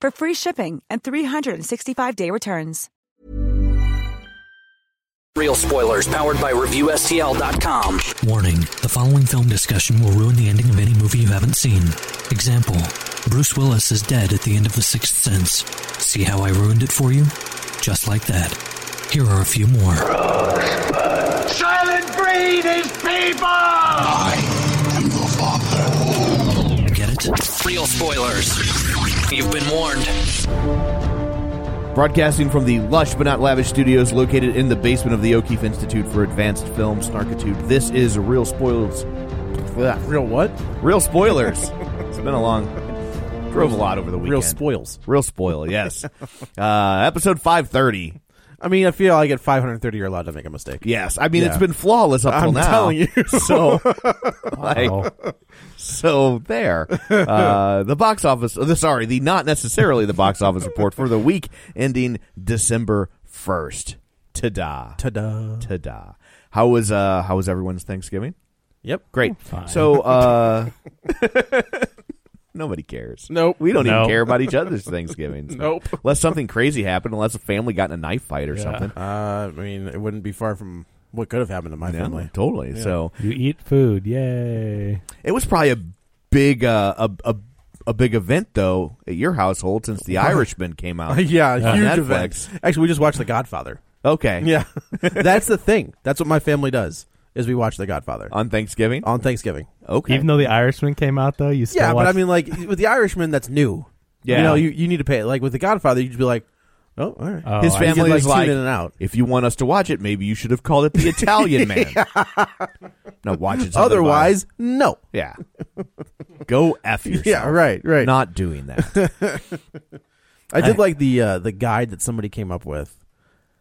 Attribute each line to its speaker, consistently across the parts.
Speaker 1: for free shipping and 365-day returns.
Speaker 2: Real spoilers powered by ReviewSTL.com.
Speaker 3: Warning the following film discussion will ruin the ending of any movie you haven't seen. Example Bruce Willis is dead at the end of The Sixth Sense. See how I ruined it for you? Just like that. Here are a few more.
Speaker 4: Silent breed is people!
Speaker 3: Get it?
Speaker 2: Real spoilers. You've been warned.
Speaker 5: Broadcasting from the lush but not lavish studios located in the basement of the O'Keefe Institute for Advanced Film Snarkitude, this is Real Spoilers. Ugh, real what? Real Spoilers. it's been a long. Drove a lot over the weekend.
Speaker 6: Real spoils.
Speaker 5: Real spoil, yes. uh, episode 530.
Speaker 6: I mean, I feel like at 530, you're allowed to make a mistake.
Speaker 5: Yes. I mean,
Speaker 6: Yeah.
Speaker 5: it's been flawless up till
Speaker 6: I'm
Speaker 5: now.
Speaker 6: telling you.
Speaker 5: So, like, so there. Uh, the box office, uh, the, sorry, the not necessarily the box office report for the week ending December 1st. Ta-da.
Speaker 6: Ta-da.
Speaker 5: Ta-da. How was uh how was everyone's Thanksgiving?
Speaker 6: Yep.
Speaker 5: Great. So uh nobody cares.
Speaker 6: Nope.
Speaker 5: We don't
Speaker 6: No.
Speaker 5: even care about each other's Thanksgivings.
Speaker 6: Nope.
Speaker 5: Unless something crazy happened, unless a family got in a knife fight or something.
Speaker 6: Uh, I mean, it wouldn't be far from what could have happened to my
Speaker 5: Yeah,
Speaker 6: family.
Speaker 5: totally. So
Speaker 7: You eat food, yay!
Speaker 5: it was probably a big uh, a a a big event though at your household since The Irishman came out.
Speaker 6: Uh, yeah,
Speaker 5: on
Speaker 6: huge
Speaker 5: Netflix.
Speaker 6: events. Actually, we just watched The Godfather.
Speaker 5: Okay.
Speaker 6: Yeah. That's the thing. That's what my family does, is we watch The Godfather
Speaker 5: On Thanksgiving.
Speaker 6: on Thanksgiving.
Speaker 5: Okay.
Speaker 7: Even though The Irishman came out, though, you still
Speaker 6: Yeah, but I
Speaker 7: watched-
Speaker 6: mean, like, with The Irishman, that's new.
Speaker 5: yeah.
Speaker 6: You know, you, you need to pay. Like, with The Godfather, you'd be like, oh, all right.
Speaker 7: Oh,
Speaker 5: his
Speaker 7: I-
Speaker 6: You
Speaker 5: family
Speaker 6: could,
Speaker 5: was
Speaker 6: like,
Speaker 5: like,
Speaker 6: tune in and out.
Speaker 5: if you want us to watch it, maybe you should have called it the Italian Man. no, watch it. something about
Speaker 6: Otherwise, no.
Speaker 5: it. yeah, go f yourself.
Speaker 6: Yeah, right, right.
Speaker 5: Not doing that.
Speaker 6: I did
Speaker 5: I-
Speaker 6: like the uh, the guide that somebody came up with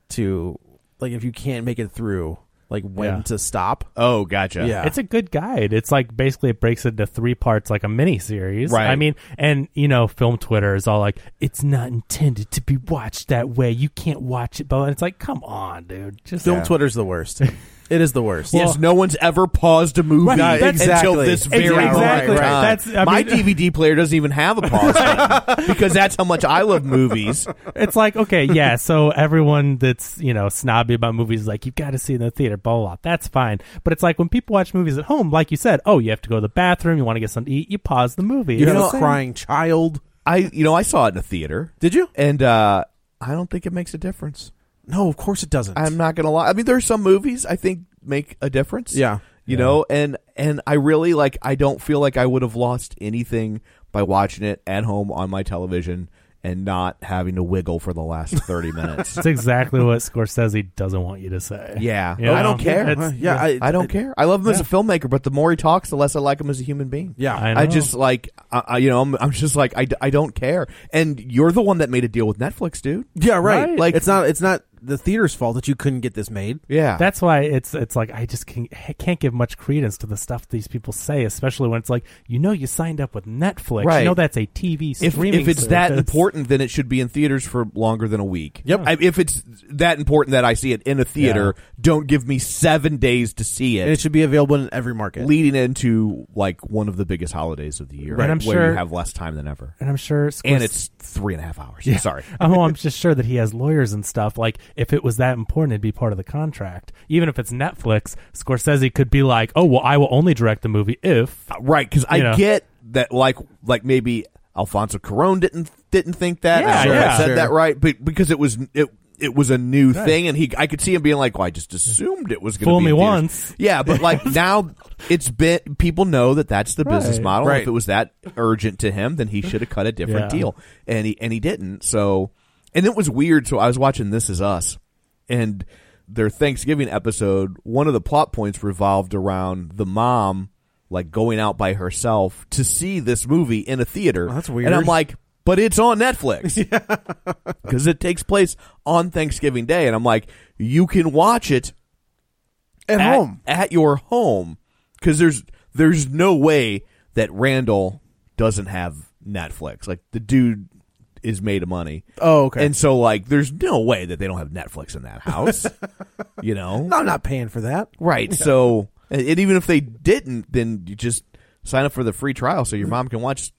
Speaker 6: to like if you can't make it through, like when
Speaker 7: Yeah.
Speaker 6: to stop.
Speaker 5: Oh, gotcha.
Speaker 6: Yeah.
Speaker 7: it's a good guide. It's like basically it breaks into three parts, like a mini series.
Speaker 5: Right.
Speaker 7: I mean, and you know, film Twitter is all like, "It's not intended to be watched that way. You can't watch it." But it's like, come on, dude, just
Speaker 6: Film Twitter's the worst. it is the worst.
Speaker 5: Yes, no one's ever paused a movie
Speaker 7: Right, Yeah,
Speaker 5: until
Speaker 6: exactly.
Speaker 5: this very
Speaker 7: Exactly.
Speaker 5: moment in
Speaker 7: Right,
Speaker 5: time.
Speaker 7: that's- I
Speaker 5: My
Speaker 7: mean-
Speaker 5: DVD player doesn't even have a pause button because that's how much I love movies.
Speaker 7: it's like okay, yeah. So everyone that's you know snobby about movies is like you got to see it in the theater, blah, blah blah. That's fine. But it's like when people watch movies at home, like you said, oh, you have to go to the bathroom, you want to get something to eat, you pause the movie.
Speaker 6: You
Speaker 7: It's
Speaker 6: have
Speaker 7: like,
Speaker 6: a crying child.
Speaker 5: I, you know, I saw it in a theater.
Speaker 6: Did you?
Speaker 5: And uh, I don't think it makes a difference.
Speaker 6: No, of course it doesn't.
Speaker 5: I'm not gonna lie. I mean, there's some movies I think make a difference.
Speaker 6: Yeah.
Speaker 5: you know, and and I really like. I don't feel like I would have lost anything by watching it at home on my television and not having to wiggle for the last thirty minutes.
Speaker 7: That's exactly what Scorsese doesn't want you to say.
Speaker 5: Yeah, Oh,
Speaker 7: You
Speaker 5: I don't
Speaker 7: know?
Speaker 5: care.
Speaker 7: It's-
Speaker 6: yeah, I,
Speaker 5: I don't care. I love him as a filmmaker, but the more he talks, the less I like him as a human being.
Speaker 6: Yeah.
Speaker 7: I
Speaker 5: I
Speaker 7: know.
Speaker 5: just like, I, I, you know, I'm, I'm just like, I, d- I don't care. And you're the one that made a deal with Netflix, dude.
Speaker 6: Yeah, right.
Speaker 5: Right.
Speaker 6: Like it's not it's not the theater's fault that you couldn't get this made.
Speaker 5: Yeah,
Speaker 7: That's why it's it's like I just can, I can't give much credence to the stuff these people say, especially when it's like you know you signed up with Netflix,
Speaker 5: Right.
Speaker 7: you know that's a TV
Speaker 5: if,
Speaker 7: streaming.
Speaker 5: if it's that
Speaker 7: service.
Speaker 5: important, then it should be in theaters for longer than a week.
Speaker 6: Yep.
Speaker 5: I, if it's that important that I see it in a theater, don't give me seven days to see
Speaker 6: And it
Speaker 5: it.
Speaker 6: should be available in every market.
Speaker 5: Leading into like one of the biggest holidays of the year,
Speaker 7: Right. And I'm
Speaker 5: where
Speaker 7: sure-
Speaker 5: you have less time than ever,
Speaker 7: and I'm sure, Scors-
Speaker 5: and it's three and a half hours. Sorry,
Speaker 7: oh, I'm just sure that he has lawyers and stuff. Like if it was that important, it'd be part of the contract. Even if it's Netflix, Scorsese could be like, oh well, I will only direct the movie if
Speaker 5: Uh, right because i
Speaker 7: You know.
Speaker 5: get that like like maybe Alfonso Cuarón didn't didn't think that.
Speaker 7: Yeah,
Speaker 5: I don't know if I
Speaker 7: yeah.
Speaker 5: said
Speaker 7: Sure.
Speaker 5: that right, but because it was it it was a new
Speaker 7: Right.
Speaker 5: thing, and he I could see him being like, "Well, I just assumed it was going to
Speaker 7: Fool
Speaker 5: be
Speaker 7: me
Speaker 5: in theaters."
Speaker 7: once.
Speaker 5: Yeah, but like now it's been people know that that's the business
Speaker 7: Right.
Speaker 5: model.
Speaker 7: Right.
Speaker 5: If it was that urgent to him, then he should have cut a different
Speaker 7: Yeah.
Speaker 5: deal, and he and he didn't. So, and it was weird. So I was watching This Is Us, and their Thanksgiving episode. One of the plot points revolved around the mom like going out by herself to see this movie in a theater.
Speaker 6: Oh, that's
Speaker 5: And I'm
Speaker 6: weird.
Speaker 5: like. But it's on Netflix because it takes place on Thanksgiving Day, and I'm like, you can watch it
Speaker 8: At home.
Speaker 5: at your home because there's there's no way that Randall doesn't have Netflix. Like the dude is made of money.
Speaker 6: Oh, okay.
Speaker 5: And so like there's no way that they don't have Netflix in that house. you know,
Speaker 6: I'm not paying for that.
Speaker 5: right. So and and even if they didn't, then you just sign up for the free trial so your mom can watch.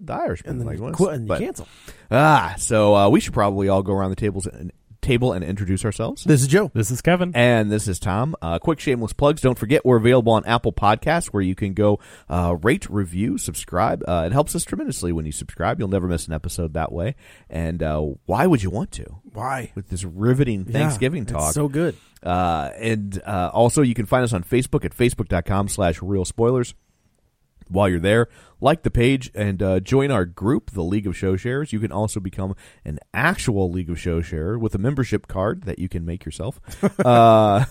Speaker 5: The Irishman,
Speaker 6: Mm-hmm. And then
Speaker 5: like,
Speaker 6: you
Speaker 5: what's-
Speaker 6: quit and you
Speaker 5: but-
Speaker 6: cancel.
Speaker 5: Ah, so uh, we should probably all go around the tables and table and introduce ourselves.
Speaker 6: This is Joe.
Speaker 7: This is Kevin.
Speaker 5: And this is Tom. Uh, quick shameless plugs. Don't forget, we're available on Apple Podcasts where you can go uh, rate, review, subscribe. Uh, it helps us tremendously when you subscribe. You'll never miss an episode that way. And uh, why would you want to?
Speaker 6: Why?
Speaker 5: With this riveting
Speaker 6: Yeah,
Speaker 5: Thanksgiving
Speaker 6: it's
Speaker 5: talk.
Speaker 6: so good.
Speaker 5: Uh, and uh, also, you can find us on Facebook at facebook.com slash real spoilers while you're there like the page and uh, join our group the league of show sharers you can also become an actual league of show sharer with a membership card that you can make yourself uh,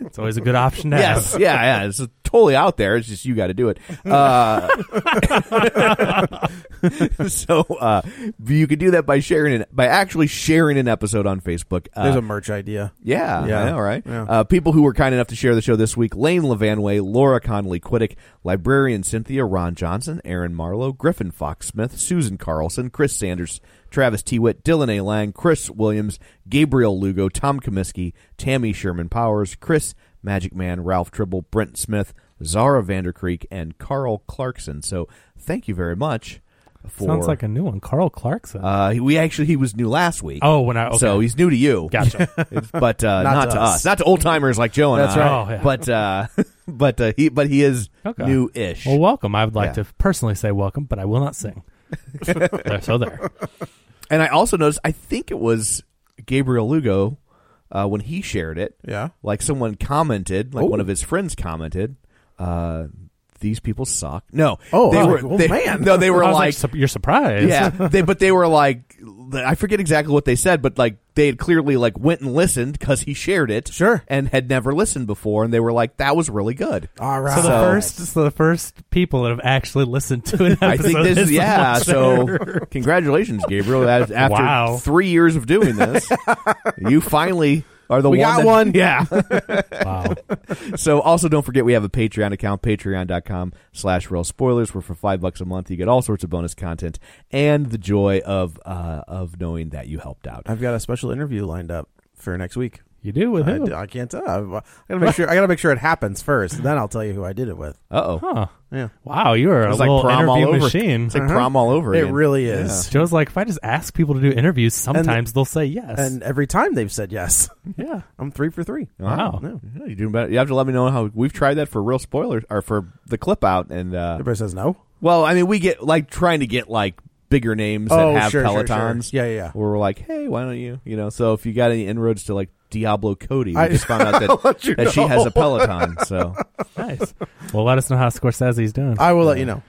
Speaker 7: It's always a good option to have.
Speaker 5: yes yeah yeah it's totally out there it's just you got to do it uh, so uh, you can do that by sharing it by actually sharing an episode on facebook uh,
Speaker 6: There's a merch idea.
Speaker 5: yeah,
Speaker 6: Yeah.
Speaker 5: yeah, all right.
Speaker 6: Yeah.
Speaker 5: Uh, people who were kind enough to share the show this week: Lane Levanway, Laura Connolly Quiddick, librarian Cynthia, Ron Johnson, Aaron Marlowe, Griffin Fox Smith, Susan Carlson, Chris Sanders, Travis Tewitt, Dylan A. Lang, Chris Williams, Gabriel Lugo, Tom Comiskey, Tammy Sherman Powers, Chris Magic Man, Ralph Tribble, Brent Smith, Zara Vandercreek, and Carl Clarkson. So thank you very much. For
Speaker 7: Sounds like a new one. Carl Clarkson.
Speaker 5: uh, he- we actually he was new last week.
Speaker 7: Oh, when I- okay.
Speaker 5: so he's new to you.
Speaker 7: Gotcha.
Speaker 5: It's- but uh,
Speaker 6: Not
Speaker 5: not,
Speaker 6: to
Speaker 5: to
Speaker 6: us.
Speaker 5: us. not to old timers like Joe and
Speaker 6: That's
Speaker 5: I.
Speaker 6: right.
Speaker 7: Oh, yeah.
Speaker 5: But uh, but uh, he but he is
Speaker 7: Okay.
Speaker 5: new-ish.
Speaker 7: well, welcome. I would like
Speaker 5: Yeah.
Speaker 7: to personally say welcome, but I will not sing. There- so there.
Speaker 5: and I also noticed. I think it was Gabriel Lugo uh, when he shared it.
Speaker 6: Yeah.
Speaker 5: like someone commented, like
Speaker 6: Oh.
Speaker 5: one of his friends commented. Uh, these people suck. No,
Speaker 6: Oh,
Speaker 5: they
Speaker 6: oh,
Speaker 5: were
Speaker 6: oh,
Speaker 5: they,
Speaker 6: man.
Speaker 5: No, they were
Speaker 7: I was
Speaker 5: like,
Speaker 7: "Sup- you're surprised.
Speaker 5: yeah, they but they were like, I forget exactly what they said, but like they had clearly like went and listened because he shared it,
Speaker 6: Sure.
Speaker 5: and had never listened before, and they were like, that was really good.
Speaker 6: All right.
Speaker 7: So the
Speaker 5: So-
Speaker 7: first, so the first people that have actually listened to an episode.
Speaker 5: I think this
Speaker 7: is
Speaker 5: is
Speaker 7: the
Speaker 5: yeah.
Speaker 7: ones that
Speaker 5: So
Speaker 7: are-
Speaker 5: congratulations, Gabriel. As- After
Speaker 7: Wow.
Speaker 5: three years of doing this, you finally are the
Speaker 6: We
Speaker 5: one.
Speaker 6: got
Speaker 5: that-
Speaker 6: one.
Speaker 5: Yeah.
Speaker 7: wow.
Speaker 5: so also don't forget we have a patreon account patreon.com slash real spoilers where for five bucks a month you get all sorts of bonus content and the joy of uh of knowing that you helped out
Speaker 6: I've got a special interview lined up for next week.
Speaker 7: You do with
Speaker 6: I,
Speaker 7: who?
Speaker 6: I can't tell. I, I gotta make sure. I gotta make sure it happens first. Then I'll tell you who I did it with.
Speaker 5: uh-oh
Speaker 7: Huh.
Speaker 6: Yeah.
Speaker 7: Wow, you are a
Speaker 5: it's like
Speaker 7: little
Speaker 5: prom all
Speaker 7: interview
Speaker 5: over
Speaker 7: machine. Uh-huh.
Speaker 5: it's like prom all over
Speaker 6: It
Speaker 5: again.
Speaker 6: really is.
Speaker 7: Joe's like, if I just ask people to do interviews, sometimes they'll say yes.
Speaker 6: And every time they've said yes,
Speaker 7: yeah.
Speaker 6: I'm three for three.
Speaker 7: Wow.
Speaker 6: No.
Speaker 5: Yeah, you do better. You have to let me know how we've tried that for real spoilers or for the clip out and uh
Speaker 6: Everybody says no.
Speaker 5: well I mean we get like trying to get like bigger names that
Speaker 6: Oh,
Speaker 5: have
Speaker 6: sure, sure, sure.
Speaker 5: pelotons
Speaker 6: Yeah, yeah, yeah.
Speaker 5: where we're like hey why don't you you know so if you got any inroads to like Diablo Cody we
Speaker 6: I-
Speaker 5: just found out
Speaker 6: I'll
Speaker 5: that,
Speaker 6: let you
Speaker 5: that she has
Speaker 6: know.
Speaker 5: a peloton so
Speaker 7: Nice. well, let us know how Scorsese's doing.
Speaker 6: I will let you know.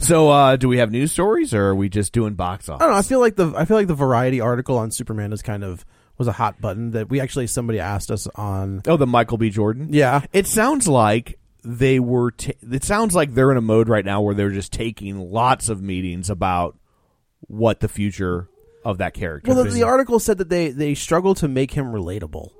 Speaker 5: So, uh, do we have news stories, or are we just doing box
Speaker 6: I
Speaker 5: office?
Speaker 6: don't know. I feel like the I feel like the Variety article on Superman is kind of was a hot button that we actually somebody asked us on.
Speaker 5: Oh, the Michael B. Jordan.
Speaker 6: Yeah.
Speaker 5: It sounds like they were. ta it sounds like they're in a mode right now where they're just taking lots of meetings about what the future of that character.
Speaker 6: Well, the,
Speaker 5: is.
Speaker 6: the article said that they they struggle to make him relatable,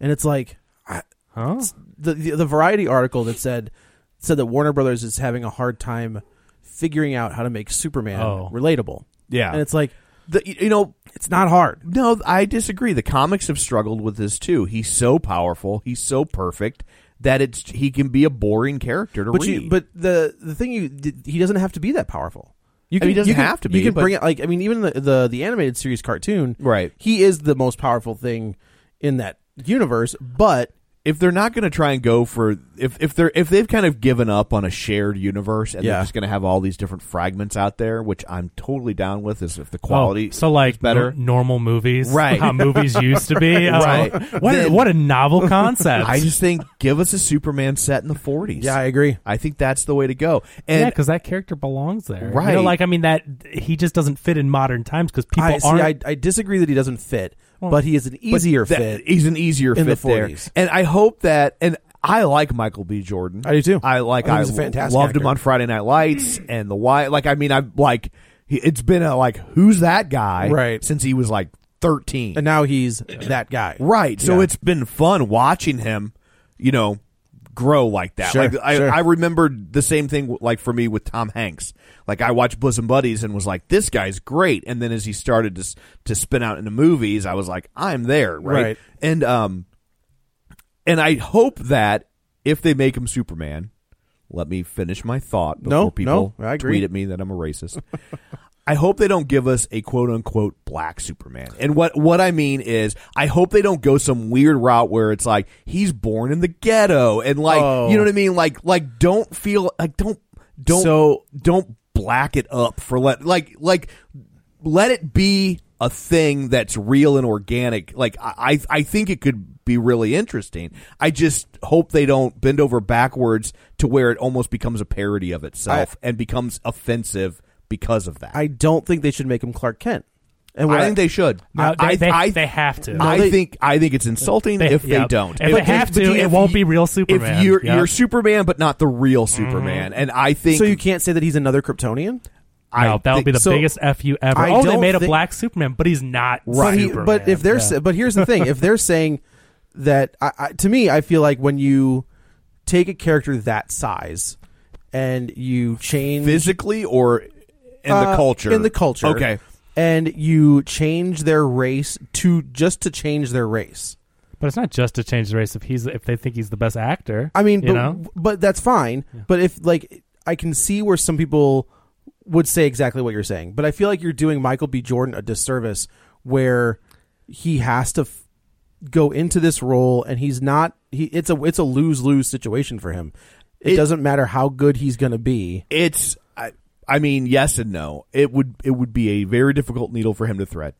Speaker 6: and it's like I,
Speaker 7: Huh?
Speaker 6: the, the the Variety article that said said that Warner Brothers is having a hard time figuring out how to make Superman
Speaker 7: Oh.
Speaker 6: relatable.
Speaker 5: Yeah.
Speaker 6: and it's like
Speaker 5: The- you know,
Speaker 6: it's not hard.
Speaker 5: no, I disagree. The comics have struggled with this too. He's so powerful. He's so perfect that it's he can be a boring character to
Speaker 6: But
Speaker 5: read.
Speaker 6: you, but the the thing you he doesn't have to be that powerful. You
Speaker 5: I mean, he doesn't
Speaker 6: you can,
Speaker 5: have to
Speaker 6: You
Speaker 5: be,
Speaker 6: can
Speaker 5: but-
Speaker 6: bring it like I mean, even the, the the animated series cartoon,
Speaker 5: Right.
Speaker 6: He is the most powerful thing in that universe, but
Speaker 5: if they're not going to try and go for if if they're if they've kind of given up on a shared universe and
Speaker 7: Yeah.
Speaker 5: they're just going to have all these different fragments out there, which I'm totally down with, is if the quality
Speaker 7: Oh, so like
Speaker 5: is better.
Speaker 7: nor- normal movies,
Speaker 5: Right.
Speaker 7: How movies used to be, Oh,
Speaker 5: Right.
Speaker 7: What a,
Speaker 5: Then-
Speaker 7: what a novel concept!
Speaker 5: I just think give us a Superman set in the 40s.
Speaker 7: Yeah, I
Speaker 6: agree.
Speaker 5: I think that's the way to go. And
Speaker 7: yeah, because that character belongs there, You know,
Speaker 5: Right.
Speaker 7: like I mean, that he just doesn't fit in modern times because people
Speaker 6: I, see,
Speaker 7: aren't.
Speaker 6: I, I disagree that he doesn't fit,
Speaker 7: Well,
Speaker 6: but he is an easier
Speaker 5: But that- e-
Speaker 6: fit.
Speaker 5: He's an easier
Speaker 6: in
Speaker 5: fit
Speaker 6: the
Speaker 5: there.
Speaker 6: 40s.
Speaker 5: And I hope that and I like Michael B. Jordan. I do too. I like
Speaker 6: I think
Speaker 5: I,
Speaker 6: he's a fantastic
Speaker 5: loved him
Speaker 6: actor.
Speaker 5: on Friday Night Lights and the why like I mean I've like he- it's been a like who's that guy
Speaker 6: Right.
Speaker 5: since he was like 13.
Speaker 6: And now he's that guy.
Speaker 5: Right. So
Speaker 6: Yeah.
Speaker 5: it's been fun watching him, you know, grow like that.
Speaker 6: Sure,
Speaker 5: like I,
Speaker 6: sure.
Speaker 5: I remembered the same thing like for me with Tom Hanks. Like I watched Bosom Buddies and was like, this guy's great. And then as he started to s- to spin out into movies, I was like, I'm there, right?
Speaker 6: Right.
Speaker 5: And um, and I hope that if they make him Superman, let me finish my thought before
Speaker 6: No,
Speaker 5: people
Speaker 6: no, I agree.
Speaker 5: tweet at me that I'm a racist. I hope they don't give us a quote unquote black Superman. And what, what I mean is, I hope they don't go some weird route where it's like, he's born in the ghetto. And like,
Speaker 6: Oh.
Speaker 5: you know what I mean? Like, like, don't feel, like, don't, don't,
Speaker 6: So-
Speaker 5: don't black it up for let, like, like, let it be a thing that's real and organic. Like, I, I I think it could be really interesting. I just hope they don't bend over backwards to where it almost becomes a parody of itself and becomes offensive because of that.
Speaker 6: I don't think they should make him Clark Kent. And what
Speaker 5: I think they should.
Speaker 7: No,
Speaker 5: I-
Speaker 7: they- they-
Speaker 5: I-
Speaker 7: they have to.
Speaker 5: I
Speaker 7: No, they-
Speaker 5: think I think it's insulting
Speaker 7: They-
Speaker 5: if
Speaker 7: yeah.
Speaker 5: they don't.
Speaker 7: If they have to, it won't be real Superman. Mm-hmm.
Speaker 5: If you're,
Speaker 7: Yeah.
Speaker 5: you're Superman, but not the real Superman, and I think
Speaker 6: so you can't say that he's another Kryptonian.
Speaker 5: I
Speaker 7: no, that would be
Speaker 5: think-
Speaker 7: the
Speaker 6: so-
Speaker 7: biggest f you ever.
Speaker 6: I
Speaker 7: oh, they
Speaker 6: don't
Speaker 7: made a
Speaker 6: thi-
Speaker 7: black Superman, but he's not
Speaker 6: But, he-
Speaker 7: Superman.
Speaker 6: but if they're
Speaker 7: Yeah.
Speaker 6: sa- but here's the thing: if they're saying that, I, I, to me, I feel like when you take a character that size and you change
Speaker 5: physically or in the
Speaker 6: Uh,
Speaker 5: culture
Speaker 6: in the culture,
Speaker 5: Okay,
Speaker 6: and you change their race to just to change their race.
Speaker 7: but it's not just to change the race. If he's if they think he's the best actor,
Speaker 6: I mean,
Speaker 7: you
Speaker 6: but,
Speaker 7: know,
Speaker 6: but that's fine. But if like I can see where some people would say exactly what you're saying, but I feel like you're doing Michael B. Jordan a disservice where he has to f- go into this role and he's not. He it's a it's a lose lose situation for him. It,
Speaker 5: It-
Speaker 6: doesn't matter how good he's going to be.
Speaker 5: it's. I, I mean, yes and no. It would it would be a very difficult needle for him to thread.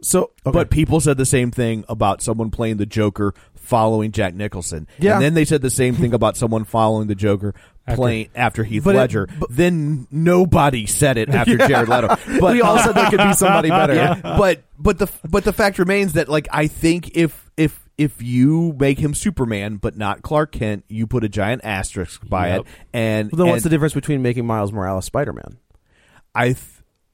Speaker 6: So,
Speaker 5: But people said the same thing about someone playing the Joker following Jack Nicholson.
Speaker 6: Yeah.
Speaker 5: And then they said the same thing about someone following the Joker playing after Heath
Speaker 6: But it-
Speaker 5: Ledger. then nobody said it after Jared Leto. But
Speaker 6: we all said there could be somebody better.
Speaker 5: Yeah, but but the but the fact remains that like I think if if if you make him Superman but not Clark Kent, you put a giant asterisk by
Speaker 6: Yep.
Speaker 5: it and
Speaker 6: Then
Speaker 5: and
Speaker 6: what's the difference between making Miles Morales Spider Man?
Speaker 5: I th-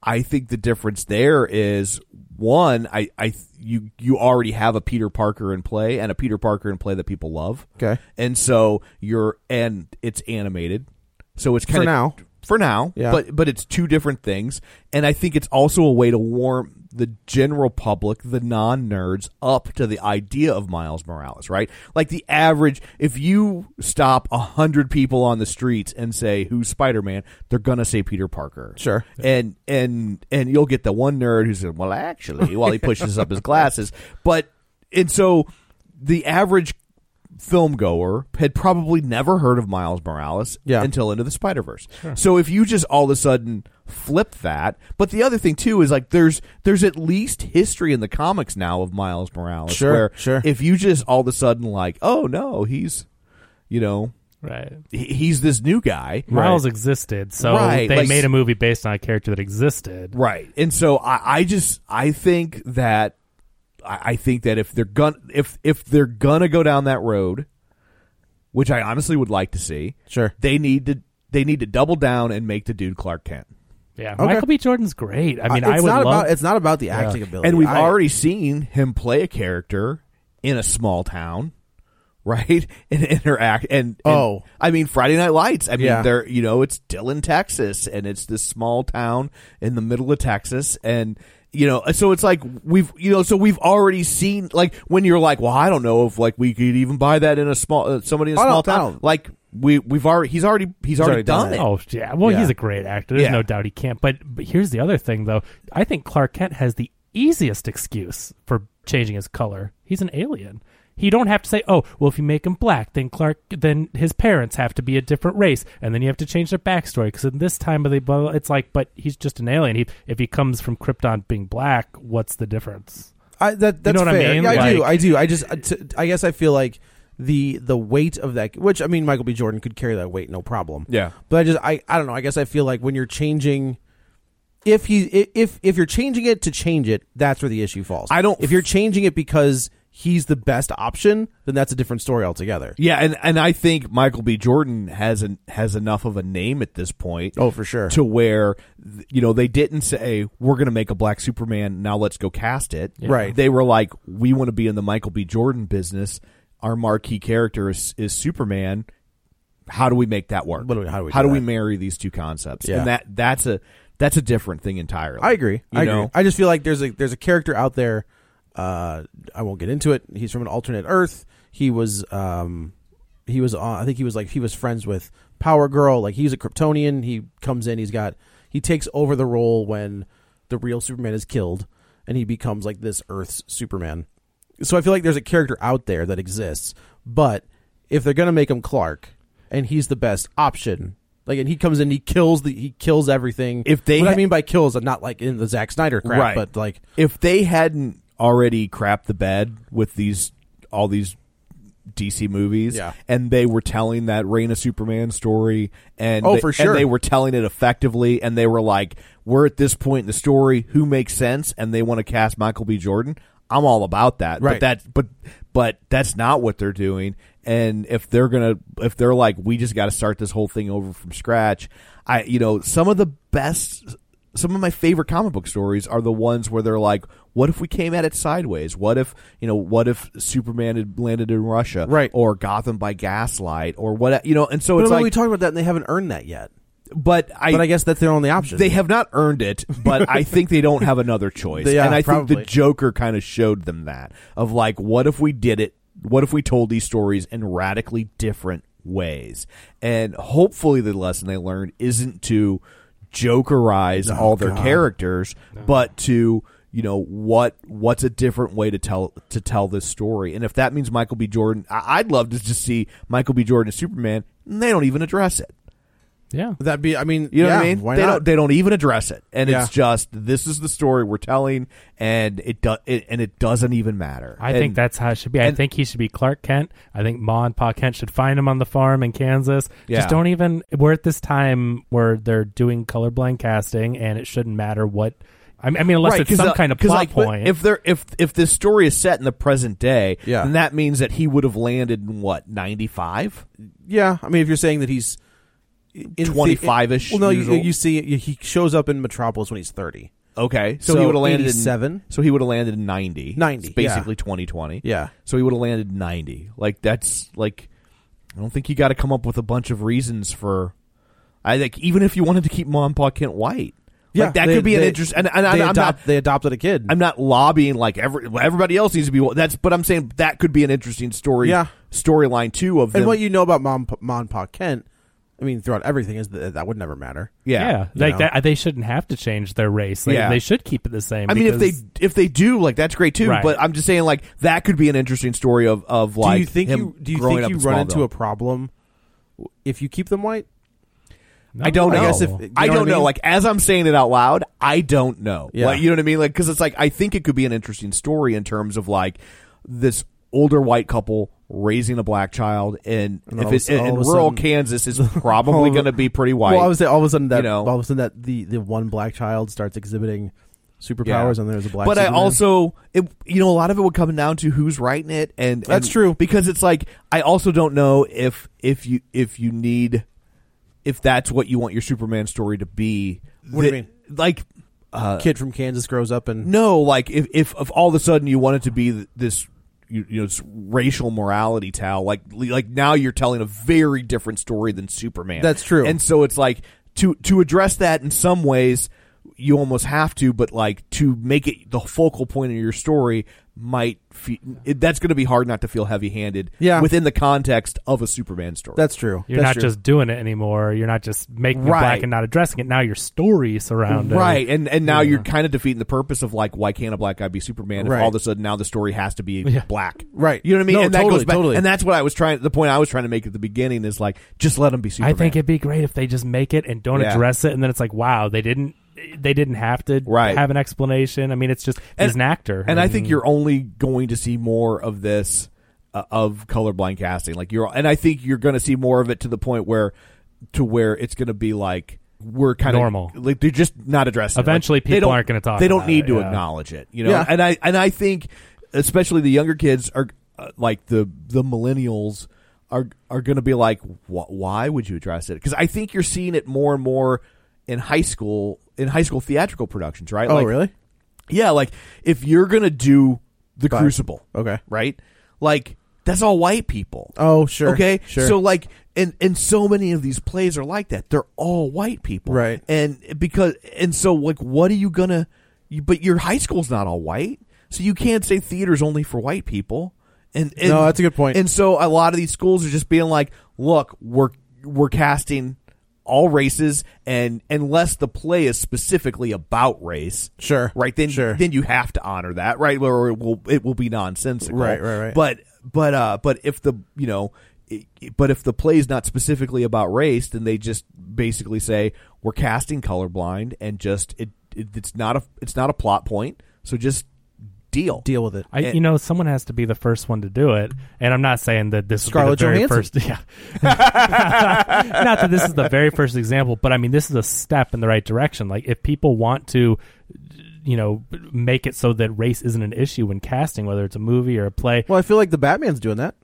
Speaker 5: I think the difference there is one I I th- you you already have a Peter Parker in play and a Peter Parker in play that people love.
Speaker 6: Okay.
Speaker 5: And so you're and it's animated. So it's
Speaker 6: For
Speaker 5: kind of
Speaker 6: now.
Speaker 5: For now,
Speaker 6: Yeah.
Speaker 5: but but it's two different things and I think it's also a way to warm the general public, the non-nerds up to the idea of Miles Morales, right? Like the average if you stop 100 people on the streets and say who's Spider-Man, they're going to say Peter Parker.
Speaker 6: Sure.
Speaker 5: And and and you'll get the one nerd who says, "Well, actually," while he pushes up his glasses. But and so the average film goer had probably never heard of Miles Morales
Speaker 6: Yeah.
Speaker 5: until Into the Spider Verse. So if you just all of a sudden flip that, but the other thing too is like there's there's at least history in the comics now of Miles Morales.
Speaker 6: Sure,
Speaker 5: where
Speaker 6: sure.
Speaker 5: If you just all of a sudden like, oh no, he's you know
Speaker 7: right.
Speaker 5: he- he's this new guy.
Speaker 7: Miles existed, so
Speaker 5: Right,
Speaker 7: they
Speaker 5: like-
Speaker 7: made a movie based on a character that existed.
Speaker 5: Right. And so I, I just I think that I, I think that if they're gonna if if they're gonna go down that road, which I honestly would like to see,
Speaker 6: Sure.
Speaker 5: they need to they need to double down and make the dude Clark Kent.
Speaker 7: Yeah,
Speaker 6: Okay.
Speaker 7: Michael B. Jordan's great. I mean,
Speaker 6: Uh, it's
Speaker 7: I would
Speaker 6: not
Speaker 7: love.
Speaker 6: about it's not about the acting ability,
Speaker 5: And we've
Speaker 6: I-
Speaker 5: already seen him play a character in a small town, right? And interact and, and-
Speaker 6: Oh.
Speaker 5: I mean Friday Night Lights. I mean
Speaker 6: Yeah.
Speaker 5: they're you know, it's Dillon, Texas and it's this small town in the middle of Texas and you know, so it's like we've you know, so we've already seen like when you're like, well, I don't know if like we could even buy that in a small uh, somebody in a
Speaker 6: I
Speaker 5: small
Speaker 6: don't- I
Speaker 5: town.
Speaker 6: don't-
Speaker 5: Like we we've already he's already he's, already, done, it.
Speaker 7: Oh yeah, well
Speaker 6: Yeah.
Speaker 7: he's a great actor. There's
Speaker 5: Yeah.
Speaker 7: no doubt he can't. But but here's the other thing though. I think Clark Kent has the easiest excuse for changing his color. He's an alien. He don't have to say, "Oh, well, if you make him black, then Clark, then his parents have to be a different race, and then you have to change their backstory because in this time of the blah, blah, blah, it's like, but he's just an alien. He, if he comes from Krypton being black, what's the difference?
Speaker 6: I, that, that's
Speaker 7: you know what
Speaker 6: fair.
Speaker 7: I mean?
Speaker 6: Yeah, I do.
Speaker 7: Like-
Speaker 6: I do. I just, I t- I guess I feel like the the weight of that, which I mean, Michael B. Jordan could carry that weight, no problem.
Speaker 5: Yeah.
Speaker 6: But I just, I, I don't know. I guess I feel like when you're changing, if he, i- if if you're changing it to change it, that's where the issue falls. I don't. If you're changing it because he's the best option, then that's a different story altogether.
Speaker 5: Yeah, and, and I think Michael B. Jordan has an has enough of a name at this point.
Speaker 6: Oh, for sure.
Speaker 5: To where th- you know they didn't say we're going to make a black Superman. Now let's go cast it.
Speaker 6: Yeah. Right.
Speaker 5: They were like, we want to be in the Michael B. Jordan business. Our marquee character is, is Superman. How do we make that work?
Speaker 6: What do we- how do we
Speaker 5: how
Speaker 6: do
Speaker 5: do we
Speaker 6: that?
Speaker 5: marry these two concepts?
Speaker 6: Yeah.
Speaker 5: And that that's a that's a different thing entirely.
Speaker 6: I agree.
Speaker 5: You
Speaker 6: I
Speaker 5: know?
Speaker 6: agree. I just feel like there's a there's a character out there. Uh, I won't get into it. He's from an alternate Earth. He was um, he was on. I think he was like he was friends with Power Girl. Like he's a Kryptonian. He comes in. He's got he takes over the role when the real Superman is killed, and he becomes like this Earth's Superman. So I feel like there's a character out there that exists, but if they're gonna make him Clark, and he's the best option. Like and he comes in, he kills the he kills everything. If
Speaker 5: they
Speaker 6: what I
Speaker 5: ha-
Speaker 6: mean by kills, I'm not like in the Zack Snyder crap, but like
Speaker 5: if they hadn't already crapped the bed with these all these DC movies,
Speaker 6: Yeah.
Speaker 5: and they were telling that Reign of Superman story, and
Speaker 6: Oh,
Speaker 5: they,
Speaker 6: for sure.
Speaker 5: and they were telling it effectively, and they were like, "We're at this point in the story, who makes sense?" And they want to cast Michael B. Jordan. I'm all about that,
Speaker 6: Right.
Speaker 5: But that, but but that's not what they're doing. And if they're gonna, if they're like, we just got to start this whole thing over from scratch. I, you know, some of the best some of my favorite comic book stories are the ones where they're like, what if we came at it sideways? What if, you know, what if Superman had landed in Russia? Right. Or Gotham by Gaslight or what, you know, and so
Speaker 6: But
Speaker 5: it's
Speaker 6: no,
Speaker 5: like,
Speaker 6: we talked about that and they haven't earned that yet.
Speaker 5: but I,
Speaker 6: but I guess that's their only option.
Speaker 5: they have not earned it, but I think they don't have another choice.
Speaker 6: Yeah,
Speaker 5: and I
Speaker 6: probably.
Speaker 5: think the Joker kind of showed them that of like, what if we did it? What if we told these stories in radically different ways? And hopefully, the lesson they learned isn't to jokerize all their
Speaker 6: God.
Speaker 5: characters, but to you know what what's a different way to tell to tell this story and if that means michael b jordan I, i'd love to just see michael b jordan as superman and they don't even address it
Speaker 7: Yeah.
Speaker 6: That'd be I mean
Speaker 5: you know what
Speaker 6: yeah,
Speaker 5: I mean?
Speaker 6: Why
Speaker 5: they
Speaker 6: not?
Speaker 5: don't. They don't even address it, and
Speaker 6: Yeah.
Speaker 5: it's just this is the story we're telling, and it does. It, and it doesn't even matter.
Speaker 7: I
Speaker 5: And-
Speaker 7: think that's how it should be. I
Speaker 5: and-
Speaker 7: think he should be Clark Kent. I think Ma and Pa Kent should find him on the farm in Kansas.
Speaker 5: Yeah.
Speaker 7: Just don't even. We're at this time where they're doing colorblind casting, and it shouldn't matter what. I mean, I mean unless
Speaker 5: Right,
Speaker 7: it's
Speaker 5: 'cause,
Speaker 7: some
Speaker 5: uh,
Speaker 7: kind of
Speaker 5: 'cause,
Speaker 7: plot
Speaker 5: like, but
Speaker 7: point.
Speaker 5: If there, if if this story is set in the present day,
Speaker 6: Yeah.
Speaker 5: then that means that he would have landed in what ninety five.
Speaker 6: Yeah, I mean, if you're saying that he's in the-
Speaker 5: 25-ish
Speaker 6: well, no, you,
Speaker 5: years old.
Speaker 6: you see, he shows up in Metropolis when he's thirty.
Speaker 5: Okay, so,
Speaker 6: So
Speaker 5: he would have landed in
Speaker 6: 87?
Speaker 5: So he would have landed in ninety.
Speaker 6: 90,
Speaker 5: It's basically twenty twenty.
Speaker 6: Yeah.
Speaker 5: So he would have landed in ninety. Like that's like, I don't think you got to come up with a bunch of reasons for. I think even if you wanted to keep Mom and Pa Kent white,
Speaker 6: Yeah,
Speaker 5: like that
Speaker 6: they-
Speaker 5: could be an
Speaker 6: they-
Speaker 5: interest. And, and
Speaker 6: they
Speaker 5: I, am
Speaker 6: adopt-
Speaker 5: not
Speaker 6: they adopted a kid.
Speaker 5: I'm not lobbying like every everybody else needs to be. wa- That's but I'm saying that could be an interesting story.
Speaker 6: Yeah.
Speaker 5: Storyline too of
Speaker 6: And
Speaker 5: them.
Speaker 6: what you know about mom, Pa- Ma and Pa Kent, I mean, throughout everything is that that would never matter.
Speaker 5: yeah.
Speaker 6: You
Speaker 7: like
Speaker 6: know?
Speaker 7: that, they shouldn't have to change their race. They,
Speaker 5: Yeah.
Speaker 7: they should keep it the same.
Speaker 5: I mean, if they
Speaker 7: because-
Speaker 5: if they do, like that's great too.
Speaker 7: Right.
Speaker 5: But I'm just saying, like that could be an interesting story of of like.
Speaker 6: do you think
Speaker 5: him
Speaker 6: you do you
Speaker 5: growing
Speaker 6: think
Speaker 5: up
Speaker 6: you
Speaker 5: in
Speaker 6: run into
Speaker 5: Smallville.
Speaker 6: a problem w- if you keep them white?
Speaker 5: I don't
Speaker 6: I
Speaker 5: know. I,
Speaker 6: guess if- you know
Speaker 5: don't
Speaker 6: what I
Speaker 5: know.
Speaker 6: mean?
Speaker 5: Like as I'm saying it out loud, I don't know.
Speaker 6: Yeah.
Speaker 5: Like you know what I mean? Like because it's like I think it could be an interesting story in terms of like this older white couple raising a black child, and,
Speaker 6: And all
Speaker 5: if
Speaker 6: of
Speaker 5: it's
Speaker 6: a- all
Speaker 5: in
Speaker 6: of a
Speaker 5: rural
Speaker 6: sudden-
Speaker 5: Kansas, is
Speaker 6: All
Speaker 5: probably
Speaker 6: of a-
Speaker 5: going to be pretty white.
Speaker 6: Well, I would say all of a sudden that
Speaker 5: you know?
Speaker 6: all of a sudden that the, the one black child starts exhibiting superpowers, and there's a black.
Speaker 5: But I
Speaker 6: Superman.
Speaker 5: also, it, you know, a lot of it would come down to who's writing it, and
Speaker 6: That's
Speaker 5: and-
Speaker 6: true.
Speaker 5: because it's like I also don't know if if you if you need if that's what you want your Superman story to be.
Speaker 6: What do you
Speaker 5: That- Like uh,
Speaker 6: kid from Kansas grows up and
Speaker 5: No, like if if, if all of a sudden you want it to be th- this. You, you know, this racial morality tale. Like, like now you're telling a very different story than Superman.
Speaker 6: That's true.
Speaker 5: And so it's like to to address that in some ways, you almost have to, but like to make it the focal point of your story might fe- it, that's going to be hard not to feel heavy handed.
Speaker 6: Yeah.
Speaker 5: within the context of a Superman story.
Speaker 6: That's true.
Speaker 7: You're
Speaker 6: That's
Speaker 7: not
Speaker 6: true.
Speaker 7: just doing it anymore. You're not just making it
Speaker 5: Right.
Speaker 7: black and not addressing it. Now your story surrounds it.
Speaker 5: right, and and now you're kind of defeating the purpose of like why can't a black guy be Superman?
Speaker 7: Right.
Speaker 5: If all of a sudden now the story has to be black,
Speaker 6: Right.
Speaker 5: You know what I mean?
Speaker 6: No,
Speaker 5: and that
Speaker 6: totally,
Speaker 5: goes back,
Speaker 6: totally.
Speaker 5: and that's what I was trying. The point I was trying to make at the beginning is like just let him be Superman.
Speaker 7: I think it'd be great if they just make it and don't
Speaker 5: Yeah.
Speaker 7: address it, and then it's like, wow, they didn't. They didn't have to
Speaker 5: Right.
Speaker 7: have an explanation. I mean, it's just he's an actor,
Speaker 5: and I think
Speaker 7: mean,
Speaker 5: you're only going to see more of this uh, of colorblind casting. Like you're, and I think you're going to see more of it to the point where, to where it's going to be like we're kind of
Speaker 7: Normal.
Speaker 5: Like they're just not addressing. it. Like,
Speaker 7: Eventually
Speaker 5: they
Speaker 7: people
Speaker 5: don't-
Speaker 7: aren't gonna talk
Speaker 5: They don't
Speaker 7: about
Speaker 5: need
Speaker 7: it,
Speaker 5: to
Speaker 7: yeah.
Speaker 5: acknowledge it. You know,
Speaker 7: Yeah.
Speaker 5: and I and I think especially the younger kids are uh, like the the millennials. Are, are going to be like wh- why would you address it? Because I think you're seeing it more and more in high school in high school theatrical productions, right?
Speaker 6: Oh,
Speaker 5: Like,
Speaker 6: really?
Speaker 5: yeah, like if you're gonna do the
Speaker 6: Fine.
Speaker 5: Crucible,
Speaker 6: Okay.
Speaker 5: right? Like that's all white people.
Speaker 6: Oh, sure.
Speaker 5: Okay,
Speaker 6: Sure.
Speaker 5: So like, and and so many of these plays are like that. They're all white people,
Speaker 6: Right.
Speaker 5: And because and so like, what are you gonna? You, but your high school's not all white, so you can't say theater's only for white people. And, and
Speaker 6: No, that's a good point.
Speaker 5: And so a lot of these schools are just being like, look, we're we're casting all races and unless the play is specifically about race
Speaker 6: sure
Speaker 5: right then then you have to honor that right or it will it will be nonsensical
Speaker 6: Right, right, right.
Speaker 5: but but uh but if the you know i- but if the play is not specifically about race then they just basically say we're casting colorblind and just it, it it's not a it's not a plot point so just deal
Speaker 6: deal with it
Speaker 7: I, you know, someone has to be the first one to do it, and I'm not saying that this
Speaker 6: Scarlett
Speaker 7: is the very
Speaker 6: Johansson.
Speaker 7: first. Yeah, not that this is the very first example, but I mean, this is a step in the right direction. Like, if people want to, you know, make it so that race isn't an issue when casting, whether it's a movie or a play.
Speaker 6: Well, I feel like the Batman's doing that.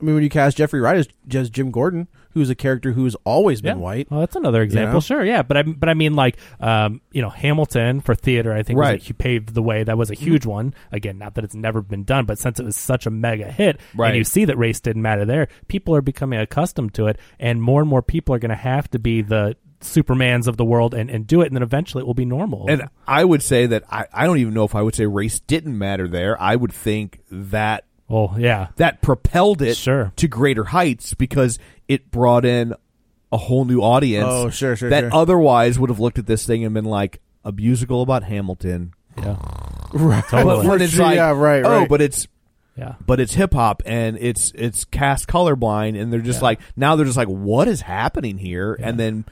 Speaker 6: I mean, when you cast Jeffrey Wright as, as Jim Gordon, who's a character who's always been
Speaker 7: Yeah.
Speaker 6: white.
Speaker 7: Well, that's another example. Sure, yeah, but I but I mean like um, you know Hamilton for theater. I think
Speaker 5: Right. Mm-hmm.
Speaker 7: was a, hu- paved the way. That was a huge one. Again, not that it's never been done, but since it was such a mega hit,
Speaker 5: Right.
Speaker 7: and you see that race didn't matter there, people are becoming accustomed to it, and more and more people are going to have to be the Supermans of the world and, and do it, and then eventually it will be normal.
Speaker 5: And I would say that I, I don't even know if I would say race didn't matter there. I would think that
Speaker 7: well, Oh, yeah,
Speaker 5: that propelled it
Speaker 7: Sure.
Speaker 5: to greater heights because it brought in a whole new audience.
Speaker 6: Oh, sure, sure,
Speaker 5: That
Speaker 6: sure.
Speaker 5: otherwise would have looked at this thing and been like a musical about Hamilton.
Speaker 7: yeah, Oh.
Speaker 6: Right.
Speaker 7: Totally.
Speaker 5: But when it's
Speaker 6: Oh, Sure,
Speaker 5: like,
Speaker 6: yeah, right,
Speaker 5: Oh,
Speaker 6: right.
Speaker 5: but it's
Speaker 7: yeah.
Speaker 5: but it's hip hop and it's it's cast colorblind and they're just like now they're just like what is happening here and then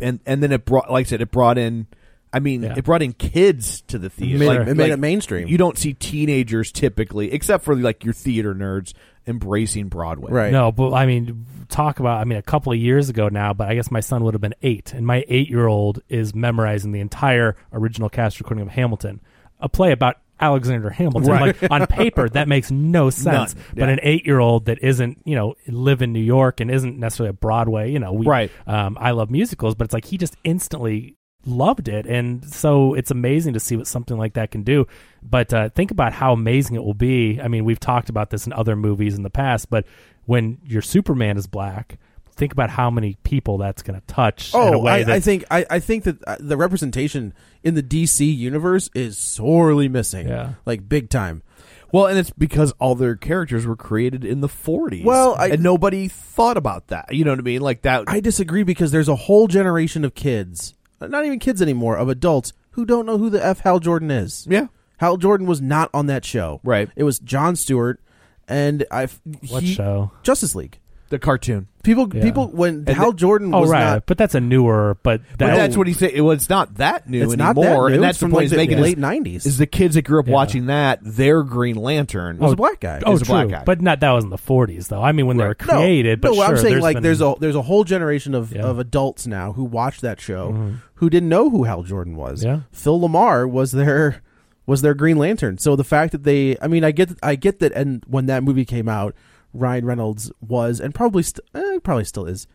Speaker 5: and and then it brought like I said it brought in I mean
Speaker 6: Yeah.
Speaker 5: it brought in kids to the theater
Speaker 6: Made-
Speaker 5: like,
Speaker 6: it made
Speaker 5: like,
Speaker 6: it mainstream.
Speaker 5: you don't see teenagers typically except for like your theater nerds embracing Broadway
Speaker 6: Right.
Speaker 7: No, but I mean, talk about, I mean, a couple of years ago now, but I guess my son would have been eight, and my eight year old is memorizing the entire original cast recording of Hamilton, a play about Alexander Hamilton.
Speaker 5: Right.
Speaker 7: Like, on paper, that makes no sense.
Speaker 5: None,
Speaker 7: But
Speaker 5: yeah.
Speaker 7: an eight year old that isn't, you know, live in New York and isn't necessarily a Broadway, you know, we,
Speaker 5: Right.
Speaker 7: um, I love musicals, but it's like he just instantly loved it and so it's amazing to see what something like that can do but uh, think about how amazing it will be i mean we've talked about this in other movies in the past but when your superman is black think about how many people that's going to touch in a
Speaker 6: Oh,
Speaker 7: way
Speaker 6: I,
Speaker 7: that
Speaker 6: I think I, I think that uh, the representation in the DC universe is sorely missing.
Speaker 7: Yeah.
Speaker 6: Like big time.
Speaker 5: well and it's because all their characters were created in the 40s
Speaker 6: Well, I-
Speaker 5: and nobody thought about that you know what I mean like that
Speaker 6: I disagree because there's a whole generation of kids, not even kids anymore, of adults who don't know who the f Hal Jordan is.
Speaker 5: Yeah.
Speaker 6: Hal Jordan was not on that show.
Speaker 5: Right.
Speaker 6: It was John Stewart, and I.
Speaker 7: What show?
Speaker 6: Justice League.
Speaker 5: the cartoon
Speaker 6: People,
Speaker 7: Yeah.
Speaker 6: people, when
Speaker 5: And
Speaker 6: Hal
Speaker 5: the-
Speaker 6: Jordan
Speaker 7: oh
Speaker 6: was
Speaker 7: right
Speaker 6: not,
Speaker 7: but that's a newer but, that, oh,
Speaker 5: but that's what he said. Well, it's not that new
Speaker 6: It's
Speaker 5: anymore,
Speaker 6: not that new.
Speaker 5: and
Speaker 6: It's
Speaker 5: that's
Speaker 6: from,
Speaker 5: the point
Speaker 6: like,
Speaker 5: he's
Speaker 6: the
Speaker 5: making. is-
Speaker 6: late 90s.
Speaker 5: is the kids that grew up
Speaker 7: Yeah.
Speaker 5: watching that their Green Lantern
Speaker 6: was a black guy.
Speaker 7: oh
Speaker 5: is a
Speaker 7: true
Speaker 5: black guy.
Speaker 7: but not that was in the 40s though i mean when they were
Speaker 6: No,
Speaker 7: created
Speaker 6: no,
Speaker 7: but
Speaker 6: what
Speaker 7: sure,
Speaker 6: I'm saying
Speaker 7: there's
Speaker 6: like
Speaker 7: been-
Speaker 6: there's a there's a whole generation of,
Speaker 7: Yeah. Mm-hmm.
Speaker 6: of adults now who watched that show who didn't know who Hal Jordan was.
Speaker 7: Yeah.
Speaker 6: Phil Lamar was their was their Green Lantern. So the fact that they, I mean, I get I get that, and when that movie came out, Ryan Reynolds was and probably st- eh, probably still is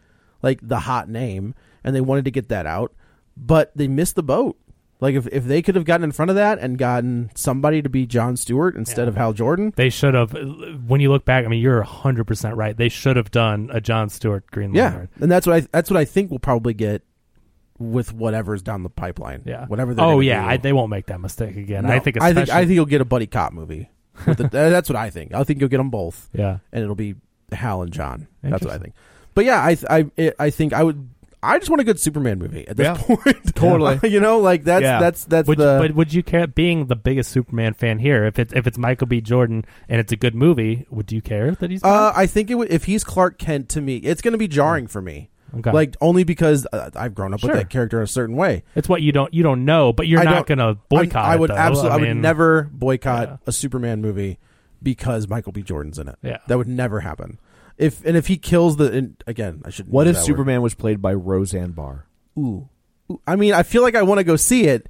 Speaker 6: like the hot name, and they wanted to get that out, but they missed the boat. Like if, if they could have gotten in front of that and gotten somebody to be John Stewart instead of Hal Jordan,
Speaker 7: They should have. When you look back, I mean, you're 100% right. They should have done a John Stewart Green
Speaker 6: Yeah,
Speaker 7: Lantern.
Speaker 6: and that's what I that's what I think we'll probably get with whatever's down the pipeline.
Speaker 7: Yeah.
Speaker 6: whatever. they're
Speaker 7: Oh
Speaker 6: gonna
Speaker 7: yeah,
Speaker 6: do.
Speaker 7: I, they won't make that mistake again.
Speaker 6: No,
Speaker 7: I think.
Speaker 6: I think I
Speaker 7: especially-
Speaker 6: think you'll get a buddy cop movie. With the- that's what I think. I think you'll get them both.
Speaker 7: Yeah.
Speaker 6: and it'll be Hal and John. That's what I
Speaker 7: Interesting.
Speaker 6: think. But yeah, I th- I it, I think I would. I just want a good Superman movie at this
Speaker 7: Yeah.
Speaker 6: point.
Speaker 7: Totally.
Speaker 6: you know, like that's
Speaker 7: Yeah.
Speaker 6: that's that's
Speaker 7: Would you-
Speaker 6: the.
Speaker 7: but would you care being the biggest Superman fan here? If it's if it's Michael B. Jordan and it's a good movie, would you care that he's?
Speaker 6: uh, I think it would if he's Clark Kent to me, it's going to be jarring for me.
Speaker 7: Okay.
Speaker 6: Uh, Like only because uh, I've grown up
Speaker 7: Sure.
Speaker 6: with that character a certain way.
Speaker 7: It's what you don't you don't know, but you're
Speaker 6: I don't-
Speaker 7: not going to
Speaker 6: I'm-
Speaker 7: boycott.
Speaker 6: I
Speaker 7: it,
Speaker 6: would
Speaker 7: though.
Speaker 6: absolutely. I, would
Speaker 7: mean,
Speaker 6: never boycott a Superman movie because Michael B. Jordan's in it.
Speaker 7: Yeah.
Speaker 6: that would never happen. If and if he kills the and again, I should.
Speaker 5: What if Superman was played by Roseanne Barr?
Speaker 6: Ooh. Ooh, I mean, I feel like I want to go see it